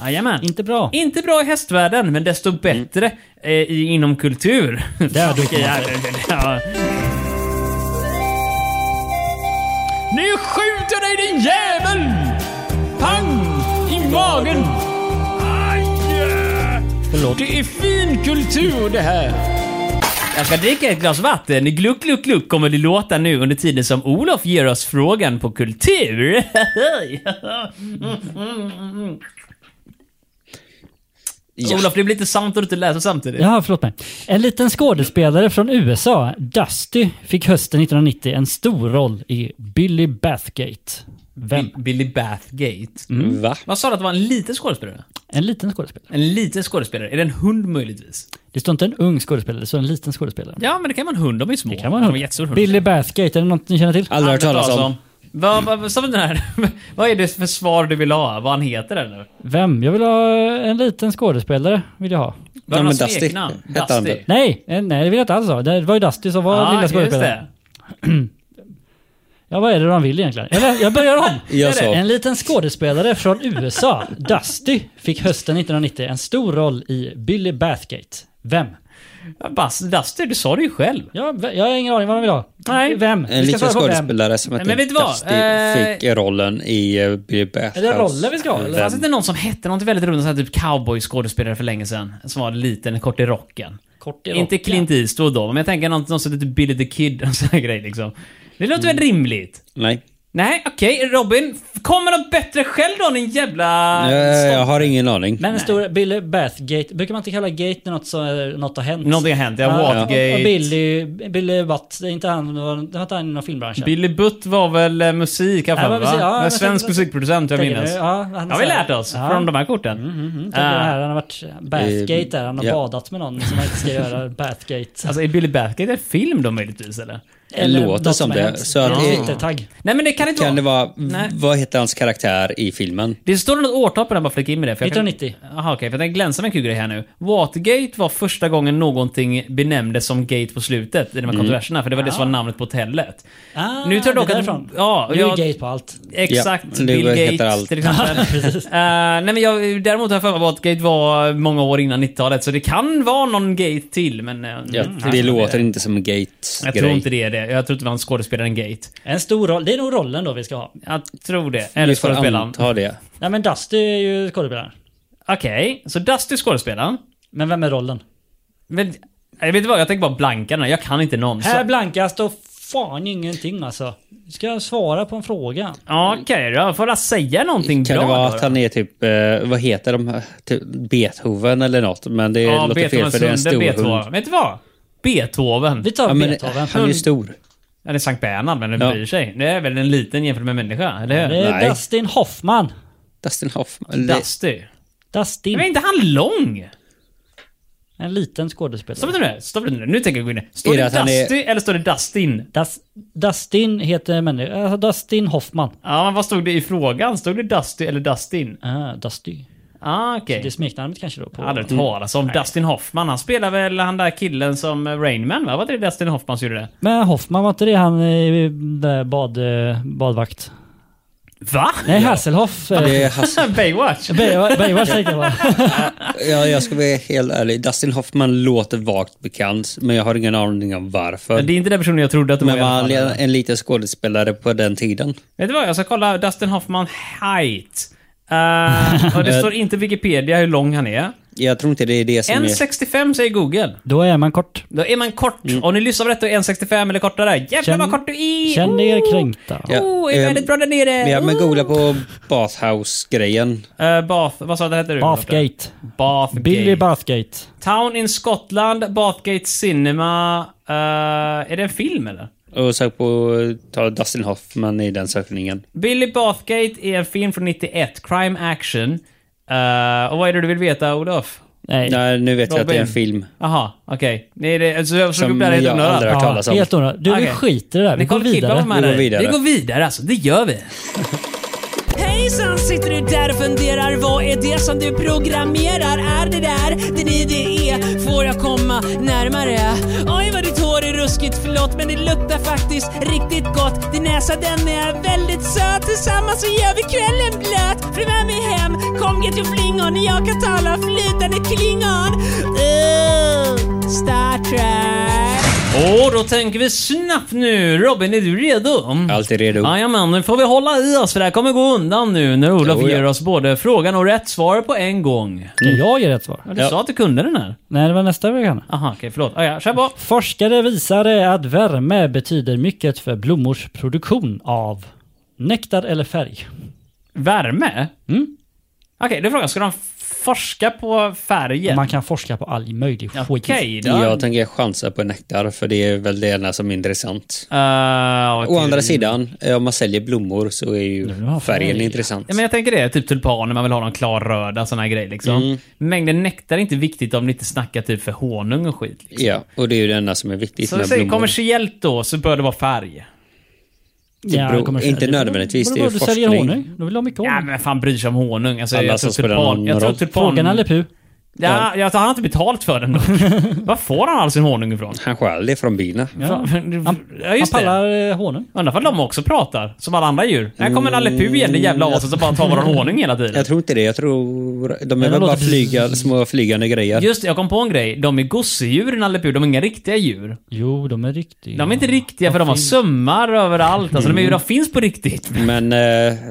Speaker 2: Jajamän.
Speaker 1: Inte bra. Mm.
Speaker 2: Inte bra i hästvärlden, men desto bättre eh, i, inom kultur.
Speaker 1: Där dog man.
Speaker 2: Ja, ja. Nu skjuter dig din jävel! Pang! I magen!
Speaker 1: Förlåt.
Speaker 2: Det är fin kultur det här! Jag ska dricka ett glas vatten. Gluck, gluck, gluck kommer det låta nu under tiden som Olof ger oss frågan på kultur. Olof, det blir lite sant och du inte läser samtidigt.
Speaker 1: Ja, förlåt mig. En liten skådespelare från USA, Dusty, fick hösten 1990 en stor roll i Billy Bathgate. Vem?
Speaker 2: Bi- Billy Bathgate. Mm.
Speaker 4: Va?
Speaker 2: Vad sa du att det var en liten skådespelare?
Speaker 1: En liten skådespelare.
Speaker 2: En liten skådespelare? Är det en hund möjligtvis?
Speaker 1: Det står inte en ung skådespelare, det står en liten skådespelare.
Speaker 2: Ja, men det kan vara en hund. De är ju små.
Speaker 1: Det kan vara en
Speaker 2: De är jättestor
Speaker 1: hund.
Speaker 2: hund.
Speaker 1: Billy Bathgate, är det något ni känner till?
Speaker 4: Aldrig hört talas om.
Speaker 2: Vad, vad, vad, sa vi den här? vad är det för svar du vill ha? Vad han heter eller?
Speaker 1: Vem? Jag vill ha en liten skådespelare, vill jag ha.
Speaker 2: Vad
Speaker 4: Ja,
Speaker 2: har
Speaker 4: men
Speaker 2: han
Speaker 4: Dusty
Speaker 2: smeknamn?
Speaker 4: hette han
Speaker 2: Dusty.
Speaker 1: Nej, eh, nej det vill jag inte alls ha. Det var ju Dusty som var lilla
Speaker 2: Ja, just
Speaker 1: skådespelaren.
Speaker 2: det.
Speaker 1: Ja, vad är det de vill egentligen? Eller, jag börjar om.
Speaker 4: Jag sa.
Speaker 1: En liten skådespelare från USA, Dusty, fick hösten 1990 en stor roll i Billy Bathgate. Vem?
Speaker 2: Ja, Bas, Dusty, du sa det ju själv.
Speaker 1: Ja, ve- jag har ingen aning vad de vill ha. Nej, vem?
Speaker 4: En
Speaker 1: vi ska
Speaker 4: liten
Speaker 1: svara på vem.
Speaker 4: skådespelare som hette
Speaker 2: Men vet du vad?
Speaker 4: Dusty
Speaker 2: Eh,
Speaker 4: fick rollen i uh, Billy Bathhouse.
Speaker 1: Är det rollen vi ska ha?
Speaker 2: Fanns
Speaker 1: Eller?
Speaker 2: det inte någon som hette något väldigt roligt, sån här typ cowboy-skådespelare för länge sedan? Som var liten, kort i rocken.
Speaker 1: Kort i
Speaker 2: Inte
Speaker 1: rocken.
Speaker 2: Clint typ
Speaker 4: Mm.
Speaker 2: Eastwood då, men jag tänker någon, någon som heter Billy the Kid och sån här grej liksom. Det låter väl rimligt?
Speaker 4: Nej.
Speaker 2: Nej, okej. Robin, f- kommer något bättre själv då, din jävla...
Speaker 4: Eh, jag har ingen aning.
Speaker 1: Men en stor Billy Bathgate, brukar man inte kalla gate när något, så, något har hänt?
Speaker 2: Någonting har hänt, ja.
Speaker 1: Ja, och-
Speaker 2: Watergate.
Speaker 1: Och Billy, Billy Butt, det är inte han, det var det var inte han inom filmbranschen.
Speaker 2: Billy Butt var väl eh, musik i alla
Speaker 1: Ja, men
Speaker 2: fall,
Speaker 1: precis, ja,
Speaker 2: va?
Speaker 1: men-
Speaker 2: Svensk musikproducent, jag
Speaker 1: Tänker du?
Speaker 2: minns.
Speaker 1: Ja, han
Speaker 2: Det har vi lärt oss
Speaker 1: Ja.
Speaker 2: från de här korten. Ah.
Speaker 1: Mm, tänker det här, han har varit Bathgate där, han har
Speaker 4: ja.
Speaker 1: badat med någon som man inte ska göra Bathgate.
Speaker 2: Alltså är Billy Bathgate en film då möjligtvis eller?
Speaker 1: Eller
Speaker 4: låter
Speaker 1: något
Speaker 4: som
Speaker 1: har
Speaker 4: det,
Speaker 1: hänt.
Speaker 4: så att-
Speaker 1: Det är en Twitter-tagg.
Speaker 2: Nej men det kan inte
Speaker 4: Kan det
Speaker 2: vara.
Speaker 4: vara...
Speaker 2: Nej. Mm,
Speaker 4: Vad heter hans karaktär i filmen?
Speaker 2: Det står något årtal på den, bara flika in med det. för jag kan-
Speaker 1: 1990.
Speaker 2: Jaha okej, för jag tänkte glänsa med en kul grej här nu. Watergate var första gången någonting benämndes som gate på slutet
Speaker 4: Mm.
Speaker 2: i de här kontroverserna, för det var det som var namnet på hotellet.
Speaker 1: Ah,
Speaker 2: Nu tror jag dock
Speaker 1: det är
Speaker 2: att-
Speaker 1: därifrån.
Speaker 2: ja,
Speaker 1: nu är
Speaker 2: jag-
Speaker 1: det gate på allt.
Speaker 2: Exakt,
Speaker 4: Ja,
Speaker 2: Bill
Speaker 4: det heter
Speaker 2: Gates
Speaker 4: allt.
Speaker 2: till exempel. Eh, nej men jag, däremot har jag för mig att Watergate var många år innan 90-talet, så det kan vara någon gate till, men... eh,
Speaker 4: Ja,
Speaker 2: mm,
Speaker 4: det
Speaker 2: jag-
Speaker 4: låter inte som
Speaker 2: Jag
Speaker 4: en
Speaker 2: tror
Speaker 4: Gates-grej.
Speaker 2: inte det är det. Jag tror inte det var en skådespelaren Gate.
Speaker 1: En stor roll, det är nog rollen då vi ska ha.
Speaker 2: Jag tror det. Eller
Speaker 4: Vi får
Speaker 2: skådespelaren.
Speaker 4: anta det.
Speaker 1: Nej men Dusty är ju skådespelaren.
Speaker 2: Okej, så Dusty är skådespelaren.
Speaker 1: Men vem är rollen?
Speaker 2: Men, jag vet inte vad, jag tänker bara blanka den här. Jag kan inte någon. Så,
Speaker 1: Här blankas då fan ingenting alltså. Ska jag svara på en fråga?
Speaker 2: ja, okej då. Får jag säga någonting
Speaker 4: Kan
Speaker 2: bra
Speaker 4: det vara
Speaker 2: då?
Speaker 4: att han är typ, eh, vad heter de? här? Typ Beethoven eller något. Men det
Speaker 2: Ja,
Speaker 4: låter fel för det är en
Speaker 2: Beethovens
Speaker 4: stor
Speaker 2: hund.
Speaker 4: hund.
Speaker 2: Beethoven. Vet du vad? Beethoven.
Speaker 1: Vi tar
Speaker 4: Ja, men,
Speaker 1: Beethoven.
Speaker 4: han är ju stor.
Speaker 2: Ja, det är Sankt Bernhard, men den
Speaker 4: Ja.
Speaker 2: bryr sig. Det är väl en liten jämfört med människa, eller hur?
Speaker 1: Det är
Speaker 4: Nej.
Speaker 1: Dustin Hoffman.
Speaker 4: Dustin Hoffman.
Speaker 2: Dusty. Men är
Speaker 1: Dustin.
Speaker 2: inte han lång?
Speaker 1: En liten skådespelare.
Speaker 2: Stopp lite nu. Stopp lite nu. Nu tänker jag gå in i- Står
Speaker 4: Är det
Speaker 2: det
Speaker 4: att han är-
Speaker 2: Dusty eller står det Dustin?
Speaker 1: Dus- Dustin heter människan. Alltså Dustin Hoffman.
Speaker 2: Ja, men vad stod det i frågan? Stod det Dusty eller Dustin?
Speaker 1: Ah, Dusty.
Speaker 2: Ah, okej.
Speaker 1: Det är smeknamnet kanske då på...
Speaker 2: Jag hade hört talas om Dustin Hoffman. Han spelar väl han där killen som eh, Rain Man va? Var det Dustin Hoffman som gjorde det?
Speaker 1: Men Hoffman, var inte det han eh, där bad, eh, badvakt?
Speaker 2: Va?
Speaker 1: Nej, Hasselhoff. eh,
Speaker 4: Det är Hass-
Speaker 2: Baywatch?
Speaker 1: Bay- Baywatch tänkte jag bara.
Speaker 4: ja, jag ska vara helt ärlig. Dustin Hoffman låter vagt bekant, men jag har ingen aning om varför.
Speaker 2: Det är inte den personen jag trodde att det var
Speaker 4: Men
Speaker 2: i alla
Speaker 4: var
Speaker 2: fall.
Speaker 4: han en liten skådespelare på den tiden?
Speaker 2: Vet du vad? Jag ska kolla Dustin Hoffman height. Eh, och det står inte Wikipedia hur lång han är.
Speaker 4: Jag tror inte det är det som är...
Speaker 2: 1,65 säger Google.
Speaker 1: Då är man kort.
Speaker 2: Då är man kort. Om ni lyssnar på detta och är 1,65 eller kortare. Jävlar
Speaker 1: Mm. Känn-
Speaker 2: vad kort du är!
Speaker 1: Känn er
Speaker 2: Oh!
Speaker 1: kränkta.
Speaker 4: Ja,
Speaker 2: Oh, är
Speaker 4: ehm,
Speaker 2: väldigt bra där nere!
Speaker 4: Ja, men googla
Speaker 2: Oh!
Speaker 4: på Bathhouse-grejen.
Speaker 2: Eh, Bath, vad sa det hette du?
Speaker 1: Bathgate.
Speaker 2: Bathgate.
Speaker 1: Billy Bathgate.
Speaker 2: Town in Scotland, Bathgate Cinema. eh, är det en film eller?
Speaker 4: Och sök på... Ta Dustin Hoffman i den sökningen.
Speaker 2: Billy Bathgate är en film från 91, crime action. Eh, och vad är det du vill veta, Olof?
Speaker 1: Nej.
Speaker 4: Nej, nu vet jag att det är en
Speaker 2: Robin.
Speaker 4: film.
Speaker 2: Jaha, okej. Nej, det- Så jag slog
Speaker 4: Som
Speaker 2: upp det här helt
Speaker 4: jag aldrig
Speaker 2: onödan.
Speaker 4: har-
Speaker 1: Ja,
Speaker 4: talas om.
Speaker 1: helt onödigt. Du, vi
Speaker 2: Okej.
Speaker 1: skiter i det här. Vi går
Speaker 2: Nicole Kidman
Speaker 1: vidare.
Speaker 2: var med
Speaker 4: Vi
Speaker 2: där.
Speaker 4: går vidare.
Speaker 2: Vi går vidare alltså, det gör vi.
Speaker 5: Hejsan, sitter du där och funderar? Vad är det som du programmerar? Är det där din idé? Får jag komma närmare? Oj, vad ditt hår är ruskigt, förlåt, men det luktar faktiskt riktigt gott. Din näsa, den är väldigt söt. Tillsammans så gör vi kvällen blöt. Följ med mig hem, kom get your flingon. Jag kan tala flytande klingon. Ugh, Star Trek.
Speaker 2: Och då tänker vi snabbt nu. Robin, är du redo?
Speaker 4: Allt är redo.
Speaker 2: Jajamän, nu får vi hålla i oss för det här kommer gå undan nu när Olof
Speaker 4: Jo, ja.
Speaker 2: ger oss både frågan och rätt svar på en gång.
Speaker 1: Ska jag ge rätt svar?
Speaker 2: Ja, Du sa att du kunde den här.
Speaker 1: Nej, det var nästa vecka.
Speaker 2: Aha, okej, förlåt. Ah, ja, kör på.
Speaker 1: Forskare visade att värme betyder mycket för blommors produktion av nektar eller färg.
Speaker 2: Värme? Mm. Okej, då är frågan, ska de forska på färgen?
Speaker 1: Man kan forska på all möjlig skit.
Speaker 2: Okej då.
Speaker 4: Jag tänker chansa på nektar, för det är väl det enda som är intressant.
Speaker 2: Eh, och
Speaker 4: Å
Speaker 2: till-
Speaker 4: andra sidan, eh, om man säljer blommor så är ju
Speaker 1: har färg.
Speaker 4: färgen intressant.
Speaker 2: Ja, men jag tänker det. Typ tulpaner, man vill ha någon klarröda sån här grej liksom.
Speaker 4: Mm.
Speaker 2: Mängden nektar är inte viktigt om det inte snackar typ för honung och skit. Liksom.
Speaker 4: Ja, och det är ju det enda som är viktigt
Speaker 2: Så
Speaker 4: med
Speaker 2: vi säger
Speaker 4: blommor.
Speaker 2: kommersiellt då, så bör det vara färg.
Speaker 1: Ja,
Speaker 4: beror-
Speaker 1: kommersiellt.
Speaker 4: inte
Speaker 1: Beror
Speaker 4: nödvändigtvis, det
Speaker 1: på
Speaker 4: är
Speaker 1: vad du säljer
Speaker 4: forskning.
Speaker 1: honung. Då vill du ha mycket
Speaker 2: Ja,
Speaker 1: honung.
Speaker 2: men vem fan bryr sig om honung? Alltså,
Speaker 4: Alla
Speaker 2: jag tror
Speaker 4: som spelar
Speaker 2: tulpan...
Speaker 4: någon
Speaker 2: Jag tror
Speaker 4: roll.
Speaker 2: tulpan...
Speaker 1: Frågan eller pu?
Speaker 2: Ja, jag tror han har inte betalt för den dock. Var får han all sin honung ifrån?
Speaker 4: Han stjäl det från bina.
Speaker 2: Ja, ja
Speaker 1: Han
Speaker 2: just det.
Speaker 1: pallar eh, honung.
Speaker 2: Undrar ifall de också pratar, som alla andra djur. Här kommer Nalle Puh igen, det jävla aset som bara tar våran honung hela tiden.
Speaker 4: Jag tror inte det. Jag tror... De är
Speaker 1: det
Speaker 4: väl bara
Speaker 1: låter-
Speaker 4: flyga, små flygande grejer.
Speaker 2: Just det, jag kom på en grej. De är gosedjur, Nalle Puh. De är inga riktiga djur.
Speaker 1: Jo, de är riktiga.
Speaker 2: De är inte riktiga för de har sömmar överallt. Alltså de, är, ju- de finns på riktigt.
Speaker 4: Men eh,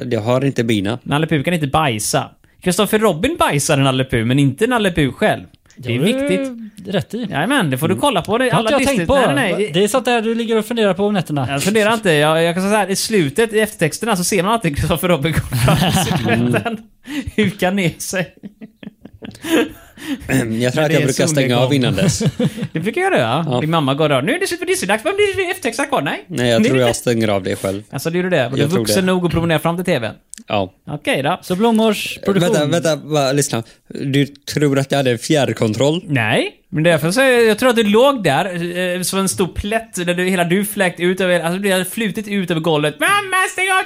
Speaker 4: det har inte bina.
Speaker 2: Nalle Puh kan inte bajsa. Kristoffer Robin bajsar Nalle Puh, men inte Nalle Puh själv. Det är
Speaker 1: har du
Speaker 2: viktigt.
Speaker 1: Rätt i.
Speaker 2: Jajamän, det får du kolla på. Det,
Speaker 1: Det har inte jag
Speaker 2: Disney-
Speaker 1: tänkt på.
Speaker 2: Nej, nej, nej.
Speaker 1: Det är sånt där du ligger och funderar på om nätterna.
Speaker 2: Jag funderar inte. Jag, jag kan säga så här, i slutet, i eftertexterna, så ser man alltid Kristoffer Robin kommer fram till cykeln. Hukar ner sig.
Speaker 4: Jag tror att
Speaker 2: det är
Speaker 4: jag brukar stänga av
Speaker 2: solnedgång.
Speaker 4: innan dess.
Speaker 2: Det brukar jag göra. Din mamma går och Nu är det slut på Disney-dags. Men det är eftertexter kvar. Nej.
Speaker 4: Nej, jag
Speaker 2: Nej.
Speaker 4: tror jag stänger av det själv.
Speaker 2: Alltså, du gjorde det. Men du är
Speaker 4: Jag tror
Speaker 2: vuxen
Speaker 4: det.
Speaker 2: nog att promenera fram till TVn.
Speaker 4: Ja.
Speaker 2: Okej då.
Speaker 1: Så Blomors produktion.
Speaker 4: Vänta, vänta, bara, lyssna. Du tror att jag hade fjärrkontroll?
Speaker 2: Nej, men därför så jag tror att du låg där eh, som en stor plätt där du, hela du fläkt ut över, alltså du hade flutit ut över golvet. Mamma, stäng av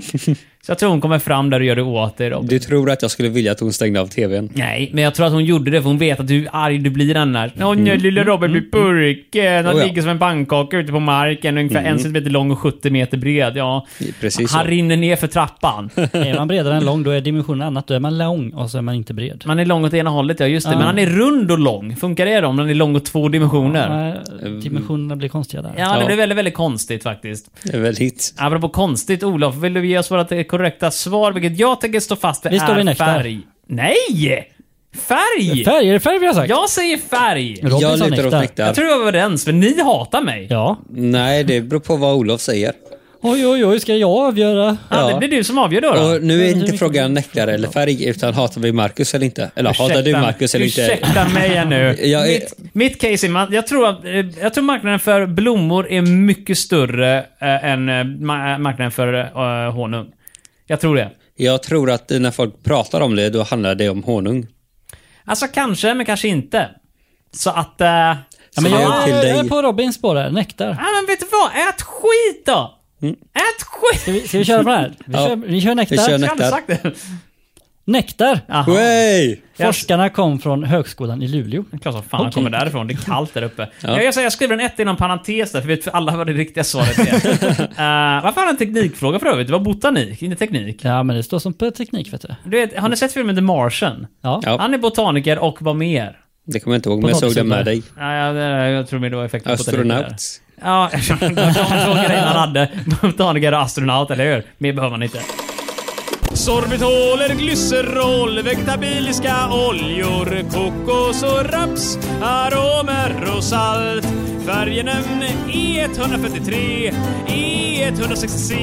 Speaker 2: TVn! så jag tror hon kommer fram där och gör det åt dig Robin.
Speaker 4: Du tror att jag skulle vilja att hon stängde av tvn?
Speaker 2: Nej, men jag tror att hon gjorde det för hon vet att du hur arg du blir annars.
Speaker 4: Mm.
Speaker 2: Åh nej, lilla Robin blir purken. Han
Speaker 4: Oh, ja. Mm.
Speaker 2: ligger som en pannkaka ute på marken, ungefär en centimeter lång och 70 meter bred. Ja.
Speaker 4: Precis så.
Speaker 2: Han rinner ner för trappan.
Speaker 1: Är man bredare än lång då är dimensionen annat. Då är man lång och så är man inte bred.
Speaker 2: Man är lång åt ena hållet, ja just det. Men han är rund och lång. Funkar det då om den är lång åt två dimensioner?
Speaker 1: Nej,
Speaker 4: Mm.
Speaker 1: Dimensionerna blir konstiga där.
Speaker 2: Ja, det
Speaker 4: Ja.
Speaker 2: blir väldigt, väldigt konstigt faktiskt.
Speaker 4: Det är väl hit.
Speaker 2: Apropå konstigt, Olof, vill du ge oss vårt eh, korrekta svar, vilket jag tänker stå fast vid
Speaker 1: Vi står
Speaker 2: är
Speaker 1: vid nektar.
Speaker 2: färg? Nej! Färg!
Speaker 1: Färg, är det färg vi har sagt?
Speaker 2: Jag säger färg!
Speaker 1: Robin
Speaker 4: Jag
Speaker 1: sa
Speaker 4: lutar
Speaker 1: nektar.
Speaker 4: åt
Speaker 2: Jag
Speaker 4: nektar.
Speaker 2: tror vi var överens, för ni hatar mig.
Speaker 1: Ja.
Speaker 4: Nej, det beror på vad Olof säger.
Speaker 1: Oj, oj, oj, ska jag avgöra?
Speaker 2: Ja,
Speaker 4: Ja.
Speaker 2: det blir du som avgör då. då.
Speaker 4: Och nu är inte frågan nektar eller färg, utan hatar vi Marcus eller inte? Eller hatar du
Speaker 2: Ursäkta-
Speaker 4: Marcus eller inte?
Speaker 2: Ursäkta mig här nu.
Speaker 4: Jag är-
Speaker 2: mitt, mitt case är, man- jag tror, att, eh, jag tror marknaden för blommor är mycket större eh, än eh, ma- marknaden för eh, honung. Jag tror det.
Speaker 4: Jag tror att när folk pratar om det, då handlar det om honung.
Speaker 2: Alltså kanske, men kanske inte. Så att... eh, ja,
Speaker 1: Ja, men
Speaker 4: Så det är upp
Speaker 1: jag,
Speaker 4: till
Speaker 1: jag
Speaker 4: dig.
Speaker 1: är på Robins spår här. Nektar.
Speaker 2: men vet du vad? Ät skit då! Ät
Speaker 1: Mm. Ska
Speaker 2: skit!
Speaker 1: vi, ska vi köra på det här? Vi,
Speaker 4: Ja.
Speaker 1: kör, vi kör nektar.
Speaker 4: Vi kör
Speaker 2: Jag har aldrig
Speaker 4: nektar.
Speaker 2: sagt det.
Speaker 1: Nektar!
Speaker 2: Jaha.
Speaker 4: Wey!
Speaker 1: Forskarna kom från högskolan i Luleå.
Speaker 2: Det är klart som fan han
Speaker 1: Okej.
Speaker 2: kommer därifrån. Det är kallt där uppe. Jag, jag, säger- jag skriver en ett inom parentes där, för vet alla vad det riktiga svaret är. uh, varför har han en teknikfråga för övrigt? Det var botanik, inte teknik.
Speaker 1: Ja, men det står som på teknik, vet du.
Speaker 2: Du vet, har ni sett filmen The Martian?
Speaker 1: Ja.
Speaker 4: Ja.
Speaker 2: Han är botaniker och vad mer?
Speaker 4: Det kommer jag inte ihåg, men jag såg det med dig.
Speaker 2: Ja, jag, jag tror mer det var effekten botanik där.
Speaker 4: Astronaut.
Speaker 2: Ja, de två grejerna han hade. Botaniker och astronaut, eller hur? Mer behöver man inte.
Speaker 6: Sorbitoler, glycerol, vegetabiliska oljor, kokos och raps, aromer och salt. E Färgenämn E143, E E160C,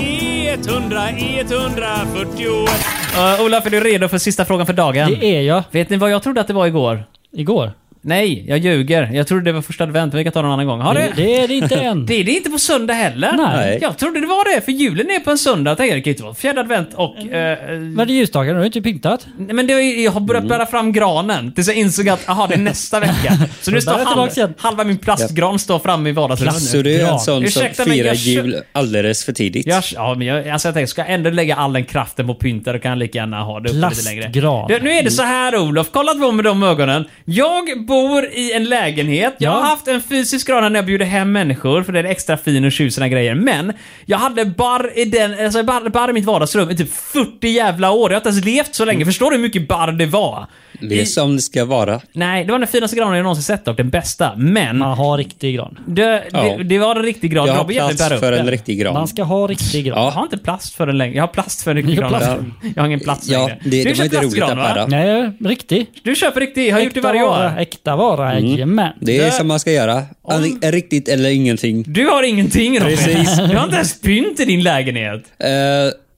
Speaker 6: E E100, E141.
Speaker 2: Uh, Ola, är du redo för sista frågan för dagen?
Speaker 1: Det är jag.
Speaker 2: Vet ni vad jag trodde att det var igår?
Speaker 1: Igår.
Speaker 2: Nej, jag ljuger. Jag trodde det var första advent, men vi kan ta det en annan gång. Har
Speaker 1: Det,
Speaker 2: det?
Speaker 1: det är det inte än.
Speaker 2: Det är det inte på söndag heller.
Speaker 1: Nej.
Speaker 2: Jag trodde det var det, för julen är på en söndag. Jag tänkte, det kan ju inte vara fjärde advent och... eh, eh,
Speaker 1: Mm. Men det är ljusdagar, du har inte pyntat.
Speaker 2: nej, men det var ju, jag har börjat
Speaker 1: Mm.
Speaker 2: bära fram granen tills jag insåg att, jaha, det är nästa vecka. Så nu
Speaker 1: Där
Speaker 2: står
Speaker 1: är jag tillbaka
Speaker 2: halva,
Speaker 1: igen.
Speaker 2: halva min plastgran står framme i vardagsrummet.
Speaker 4: Så du är
Speaker 1: Bra.
Speaker 4: en sån som
Speaker 2: Ursäkta mig,
Speaker 4: firar
Speaker 2: jag kö-
Speaker 4: jul alldeles för tidigt.
Speaker 2: Jag, ja, men jag, alltså jag tänker, ska jag ändå lägga all den kraften på pynta, då kan jag lika gärna ha det uppe lite längre.
Speaker 1: Plastgran.
Speaker 2: Du, nu är det så här Olof, kolla på mig med de ögonen. Jag bor i en lägenhet, jag har
Speaker 1: Ja.
Speaker 2: haft en fysisk gran här när jag bjuder hem människor, för det är extra fin och tjusiga grejer. Men, jag hade bar i den, alltså bar, bar i mitt vardagsrum i typ 40 jävla år. Jag har inte ens levt så länge. Förstår du hur mycket bar det var?
Speaker 4: Det är som det ska vara.
Speaker 2: Nej, det var den finaste granen jag någonsin sett och den bästa. Men,
Speaker 1: Man har riktig gran.
Speaker 2: det,
Speaker 4: Ja.
Speaker 2: det, det var en riktig gran.
Speaker 4: Jag har
Speaker 2: Robin hjälpte mig
Speaker 4: plats
Speaker 2: bära upp
Speaker 4: för
Speaker 2: den.
Speaker 4: en riktig gran.
Speaker 1: Man ska ha riktig gran.
Speaker 2: Jag har inte plast för den längre. Jag har plast för en riktig
Speaker 1: Jag har
Speaker 2: gran.
Speaker 1: plast.
Speaker 2: Jag har ingen plats
Speaker 4: Ja,
Speaker 2: längre.
Speaker 4: det- det
Speaker 2: du
Speaker 4: var
Speaker 2: köper
Speaker 4: inte roligt
Speaker 2: plastgran,
Speaker 4: att bära.
Speaker 2: va?
Speaker 1: Nej, riktig.
Speaker 2: Du köper riktig. Jag har gjort det
Speaker 1: Äkta
Speaker 2: varje
Speaker 1: vara,
Speaker 2: år. Mm.
Speaker 1: Äkta vara, jajamän.
Speaker 4: Det är som man ska göra. An- Riktigt eller ingenting.
Speaker 2: Du har ingenting Robin.
Speaker 4: Precis.
Speaker 2: Du har inte ens pynt i din lägenhet.
Speaker 4: Eh,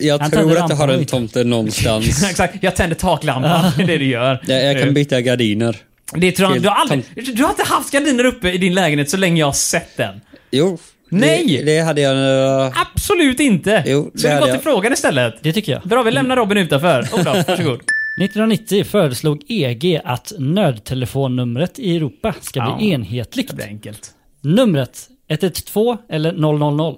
Speaker 4: jag
Speaker 1: Han
Speaker 4: tror
Speaker 1: tände
Speaker 4: att jag har
Speaker 1: lampan
Speaker 4: en
Speaker 1: lite.
Speaker 4: tomte någonstans.
Speaker 2: Exakt. Jag tänder taklampan. Det är det du gör.
Speaker 4: jag, jag kan byta gardiner.
Speaker 2: Det tror jag,
Speaker 4: Till
Speaker 2: du, har aldrig, du har inte haft gardiner uppe i din lägenhet så länge jag har sett den.
Speaker 4: Jo.
Speaker 2: Nej!
Speaker 4: Det, det hade jag... eh,
Speaker 2: Absolut inte!
Speaker 4: Jo, det
Speaker 2: Ska vi
Speaker 4: hade
Speaker 2: gå till
Speaker 4: jag.
Speaker 2: frågan istället?
Speaker 1: Det tycker jag.
Speaker 2: Bra, vi lämnar Robin utanför. Olof, varsågod.
Speaker 1: 1990 föreslog EG att nödtelefonnumret i Europa ska bli
Speaker 2: Ja.
Speaker 1: enhetligt.
Speaker 2: Det blir enkelt.
Speaker 1: Numret 112 eller 000.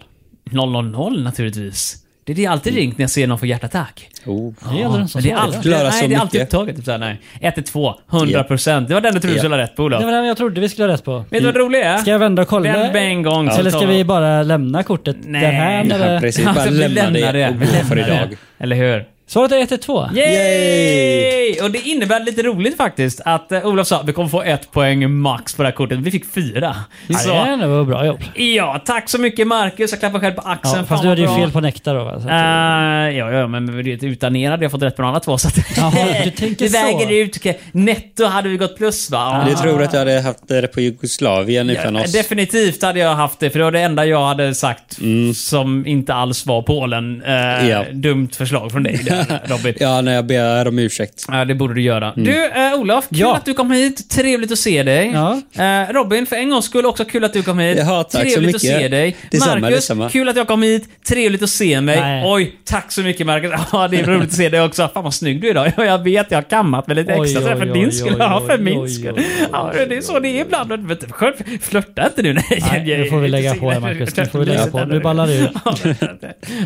Speaker 2: 000 naturligtvis. Det är det jag alltid ringt när jag ser någon få hjärtattack.
Speaker 4: Oh.
Speaker 1: Det gäller den som
Speaker 2: Men det är
Speaker 1: svarar.
Speaker 2: alltid,
Speaker 4: Klara
Speaker 2: nej,
Speaker 4: så
Speaker 2: det är alltid
Speaker 4: mycket.
Speaker 2: upptaget. Typ såhär, nej. 112, 100 procent. Det var den du trodde du
Speaker 4: Ja.
Speaker 2: skulle ha rätt på Olof.
Speaker 1: Det var den jag trodde vi skulle ha rätt på.
Speaker 2: Vet du vad det roliga är?
Speaker 1: Ska jag vända och kolla?
Speaker 2: Den med en gång, så
Speaker 1: Eller
Speaker 2: tar
Speaker 1: ska
Speaker 2: vi-
Speaker 1: vi bara lämna kortet
Speaker 2: Nej.
Speaker 1: där här?
Speaker 4: Ja,
Speaker 1: När det...
Speaker 4: precis. Bara
Speaker 2: Alltså, vi
Speaker 4: lämna
Speaker 2: lämnar
Speaker 4: det och
Speaker 2: Vi
Speaker 4: gå för
Speaker 2: lämnar
Speaker 4: idag.
Speaker 2: det. Eller hur?
Speaker 1: Svaret är 112.
Speaker 2: Yay! Och det innebär lite roligt faktiskt att eh, Olof sa vi kommer få ett poäng max på det här kortet. Vi fick fyra. Så,
Speaker 1: Ja, det var bra jobb.
Speaker 2: ja, tack så mycket Marcus. Jag klappar själv på axeln.
Speaker 1: Ja,
Speaker 2: Fan,
Speaker 1: fast du
Speaker 2: vad
Speaker 1: hade ju
Speaker 2: bra.
Speaker 1: fel på Nektar då va? Så att-
Speaker 2: Eh, ja, ja, men du vet, utanerad. Jag har fått rätt på de andra två. Så att
Speaker 1: Jaha, du tänker
Speaker 2: det
Speaker 1: så.
Speaker 2: väger ut. okej. Netto hade vi gått plus va? Ja.
Speaker 4: Du tror att du hade haft det på Jugoslavien utan oss?
Speaker 2: Definitivt hade jag haft det, för det var det enda jag hade sagt som inte alls var Polen. Eh,
Speaker 4: Ja.
Speaker 2: Dumt förslag från dig där, Robin.
Speaker 4: Ja, när jag ber om ursäkt.
Speaker 2: Ja, det borde du göra. Du, eh, Olof, kul
Speaker 1: Mm. Ja.
Speaker 2: att du kom hit. Trevligt att se dig.
Speaker 1: Ja.
Speaker 2: Eh, Robin, för en gångs skull också kul att du kom hit.
Speaker 4: Jaha, tack så
Speaker 2: Trevligt att
Speaker 4: mycket.
Speaker 2: se dig.
Speaker 4: Detsamma,
Speaker 2: Marcus,
Speaker 4: detsamma.
Speaker 2: kul att jag kom hit. Trevligt att se mig.
Speaker 1: Nej.
Speaker 2: Oj, tack så mycket Marcus. Ja, det är roligt att se dig också. Fan vad snygg du är idag. Ja, jag vet, jag har kammat mig lite
Speaker 1: Oj,
Speaker 2: extra så här för
Speaker 1: oj,
Speaker 2: din
Speaker 1: oj,
Speaker 2: skull.
Speaker 1: oj,
Speaker 2: Ja, för
Speaker 1: oj,
Speaker 2: min
Speaker 1: oj,
Speaker 2: skull.
Speaker 1: oj, oj,
Speaker 2: Ja, det är så det är ibland. Men vet du, själv- Flörta inte nu. Nej,
Speaker 1: Nej,
Speaker 2: jag-
Speaker 1: nu får vi lägga på här Marcus. Nu får vi lägga på. Nu ballar det ur.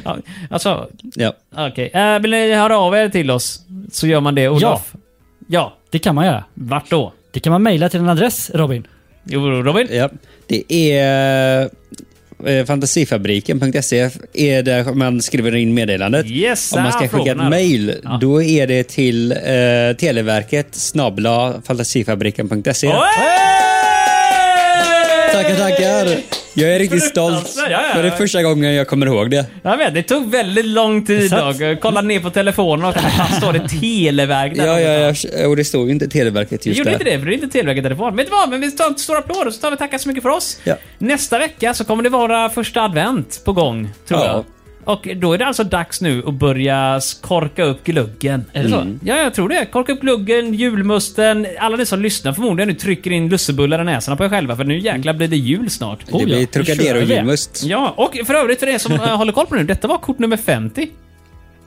Speaker 2: Ja, Alltså,
Speaker 4: Ja.
Speaker 2: Okej. Eh, vill ni höra av er till oss så gör man det. Olof? Ja. ja.
Speaker 1: Det kan man göra.
Speaker 2: Vart då?
Speaker 1: Det kan man mejla till en adress, Robin.
Speaker 2: Jo, Robin?
Speaker 4: Ja, det är eh, fantasifabriken.se är där man skriver in meddelandet.
Speaker 2: Yes,
Speaker 4: Om man ska
Speaker 2: där
Speaker 4: skicka
Speaker 2: frågorna
Speaker 4: ett
Speaker 2: då.
Speaker 4: mejl,
Speaker 2: Ja.
Speaker 4: då är det till eh, Televerket snabla fantasifabriken.se.
Speaker 2: Oj!
Speaker 4: Tackar, tackar! Jag är riktigt stolt.
Speaker 2: Fruktansvärt, ja, ja, ja.
Speaker 4: För det är första gången jag kommer ihåg det.
Speaker 2: Jag vet, det tog väldigt lång tid dock. Jag kollade ner på telefonen och här står det Televerket.
Speaker 4: Ja, ja, ja, och det stod ju inte Televerket
Speaker 2: Vi
Speaker 4: just
Speaker 2: gjorde inte
Speaker 4: där.
Speaker 2: det, för det är inte Televerket telefon. Vet du vad? Men vi tar en stor applåd och så tar vi tacka så mycket för oss.
Speaker 4: Ja.
Speaker 2: Nästa vecka så kommer det vara första advent på gång, tror
Speaker 4: Ja.
Speaker 2: jag. Och då är det alltså dags nu att börja korka upp gluggen. Är det
Speaker 4: Mm.
Speaker 2: så? Ja, jag tror det. Korka upp gluggen, julmusten. Alla ni som lyssnar förmodligen nu trycker in lussebullar i näsarna på er själva, för nu jäklar blir det jul snart. Oh
Speaker 4: Det
Speaker 1: ja,
Speaker 4: blir
Speaker 1: nu kör
Speaker 4: Trocadero
Speaker 1: vi.
Speaker 4: julmust.
Speaker 2: Ja, och för övrigt för er som eh, håller koll på nu, detta var kort nummer 50.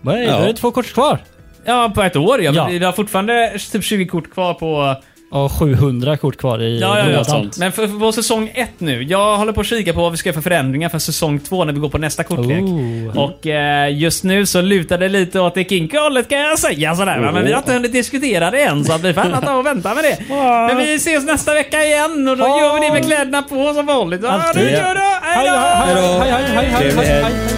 Speaker 1: Nej, då är det två kort kvar.
Speaker 2: Ja, på ett år. Ja, men
Speaker 1: Ja.
Speaker 2: Vi har fortfarande typ 20 kort kvar på
Speaker 1: Och 700 kort kvar i
Speaker 2: Ja, ja, ja.
Speaker 1: lådan.
Speaker 4: sånt.
Speaker 2: Men för, för vår säsong 1 nu. Jag håller på att kika på vad vi ska göra för förändringar för säsong 2 när vi går på nästa kortlek.
Speaker 1: Oh.
Speaker 2: Och eh, just nu så lutar det lite åt det kinkiga hållet kan jag säga sådär. va. Men vi har
Speaker 1: Oh.
Speaker 2: inte hunnit diskutera det än så att vi får annat att vänta med det. Men vi ses nästa vecka igen och då gör vi det med kläderna på som vanligt. Ja, det
Speaker 1: Alltid.
Speaker 2: gör det. Hej
Speaker 1: Ah. Hej,
Speaker 2: då!
Speaker 1: hej, hej, hej, hej, hej,
Speaker 4: Trevlig
Speaker 1: hej,
Speaker 4: helg.
Speaker 1: hej.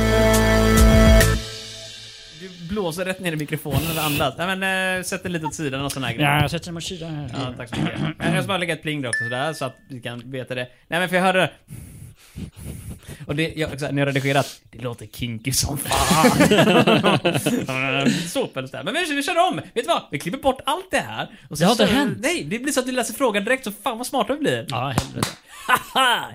Speaker 2: Du blåser rätt ner i mikrofonen när du andas. Nej men eh, sätt dig lite åt sidan och sån här grej.
Speaker 1: Ja, jag sätter mig åt sidan här.
Speaker 2: Ja, tack så mycket. Men jag ska bara lägga ett pling där också sådär, så att vi kan veta det. Nej men för jag hörde det. Och det, jag, så här, när jag redigerat, det låter kinky som fan. Såpels där. Men vi, vi kör om! Vet du vad? Vi klipper bort allt det här. Och så
Speaker 1: Det har inte
Speaker 2: så-
Speaker 1: hänt.
Speaker 2: Nej, det blir så att du läser frågan direkt, så fan vad smarta vi blir.
Speaker 1: Ja, helvete.
Speaker 2: Haha!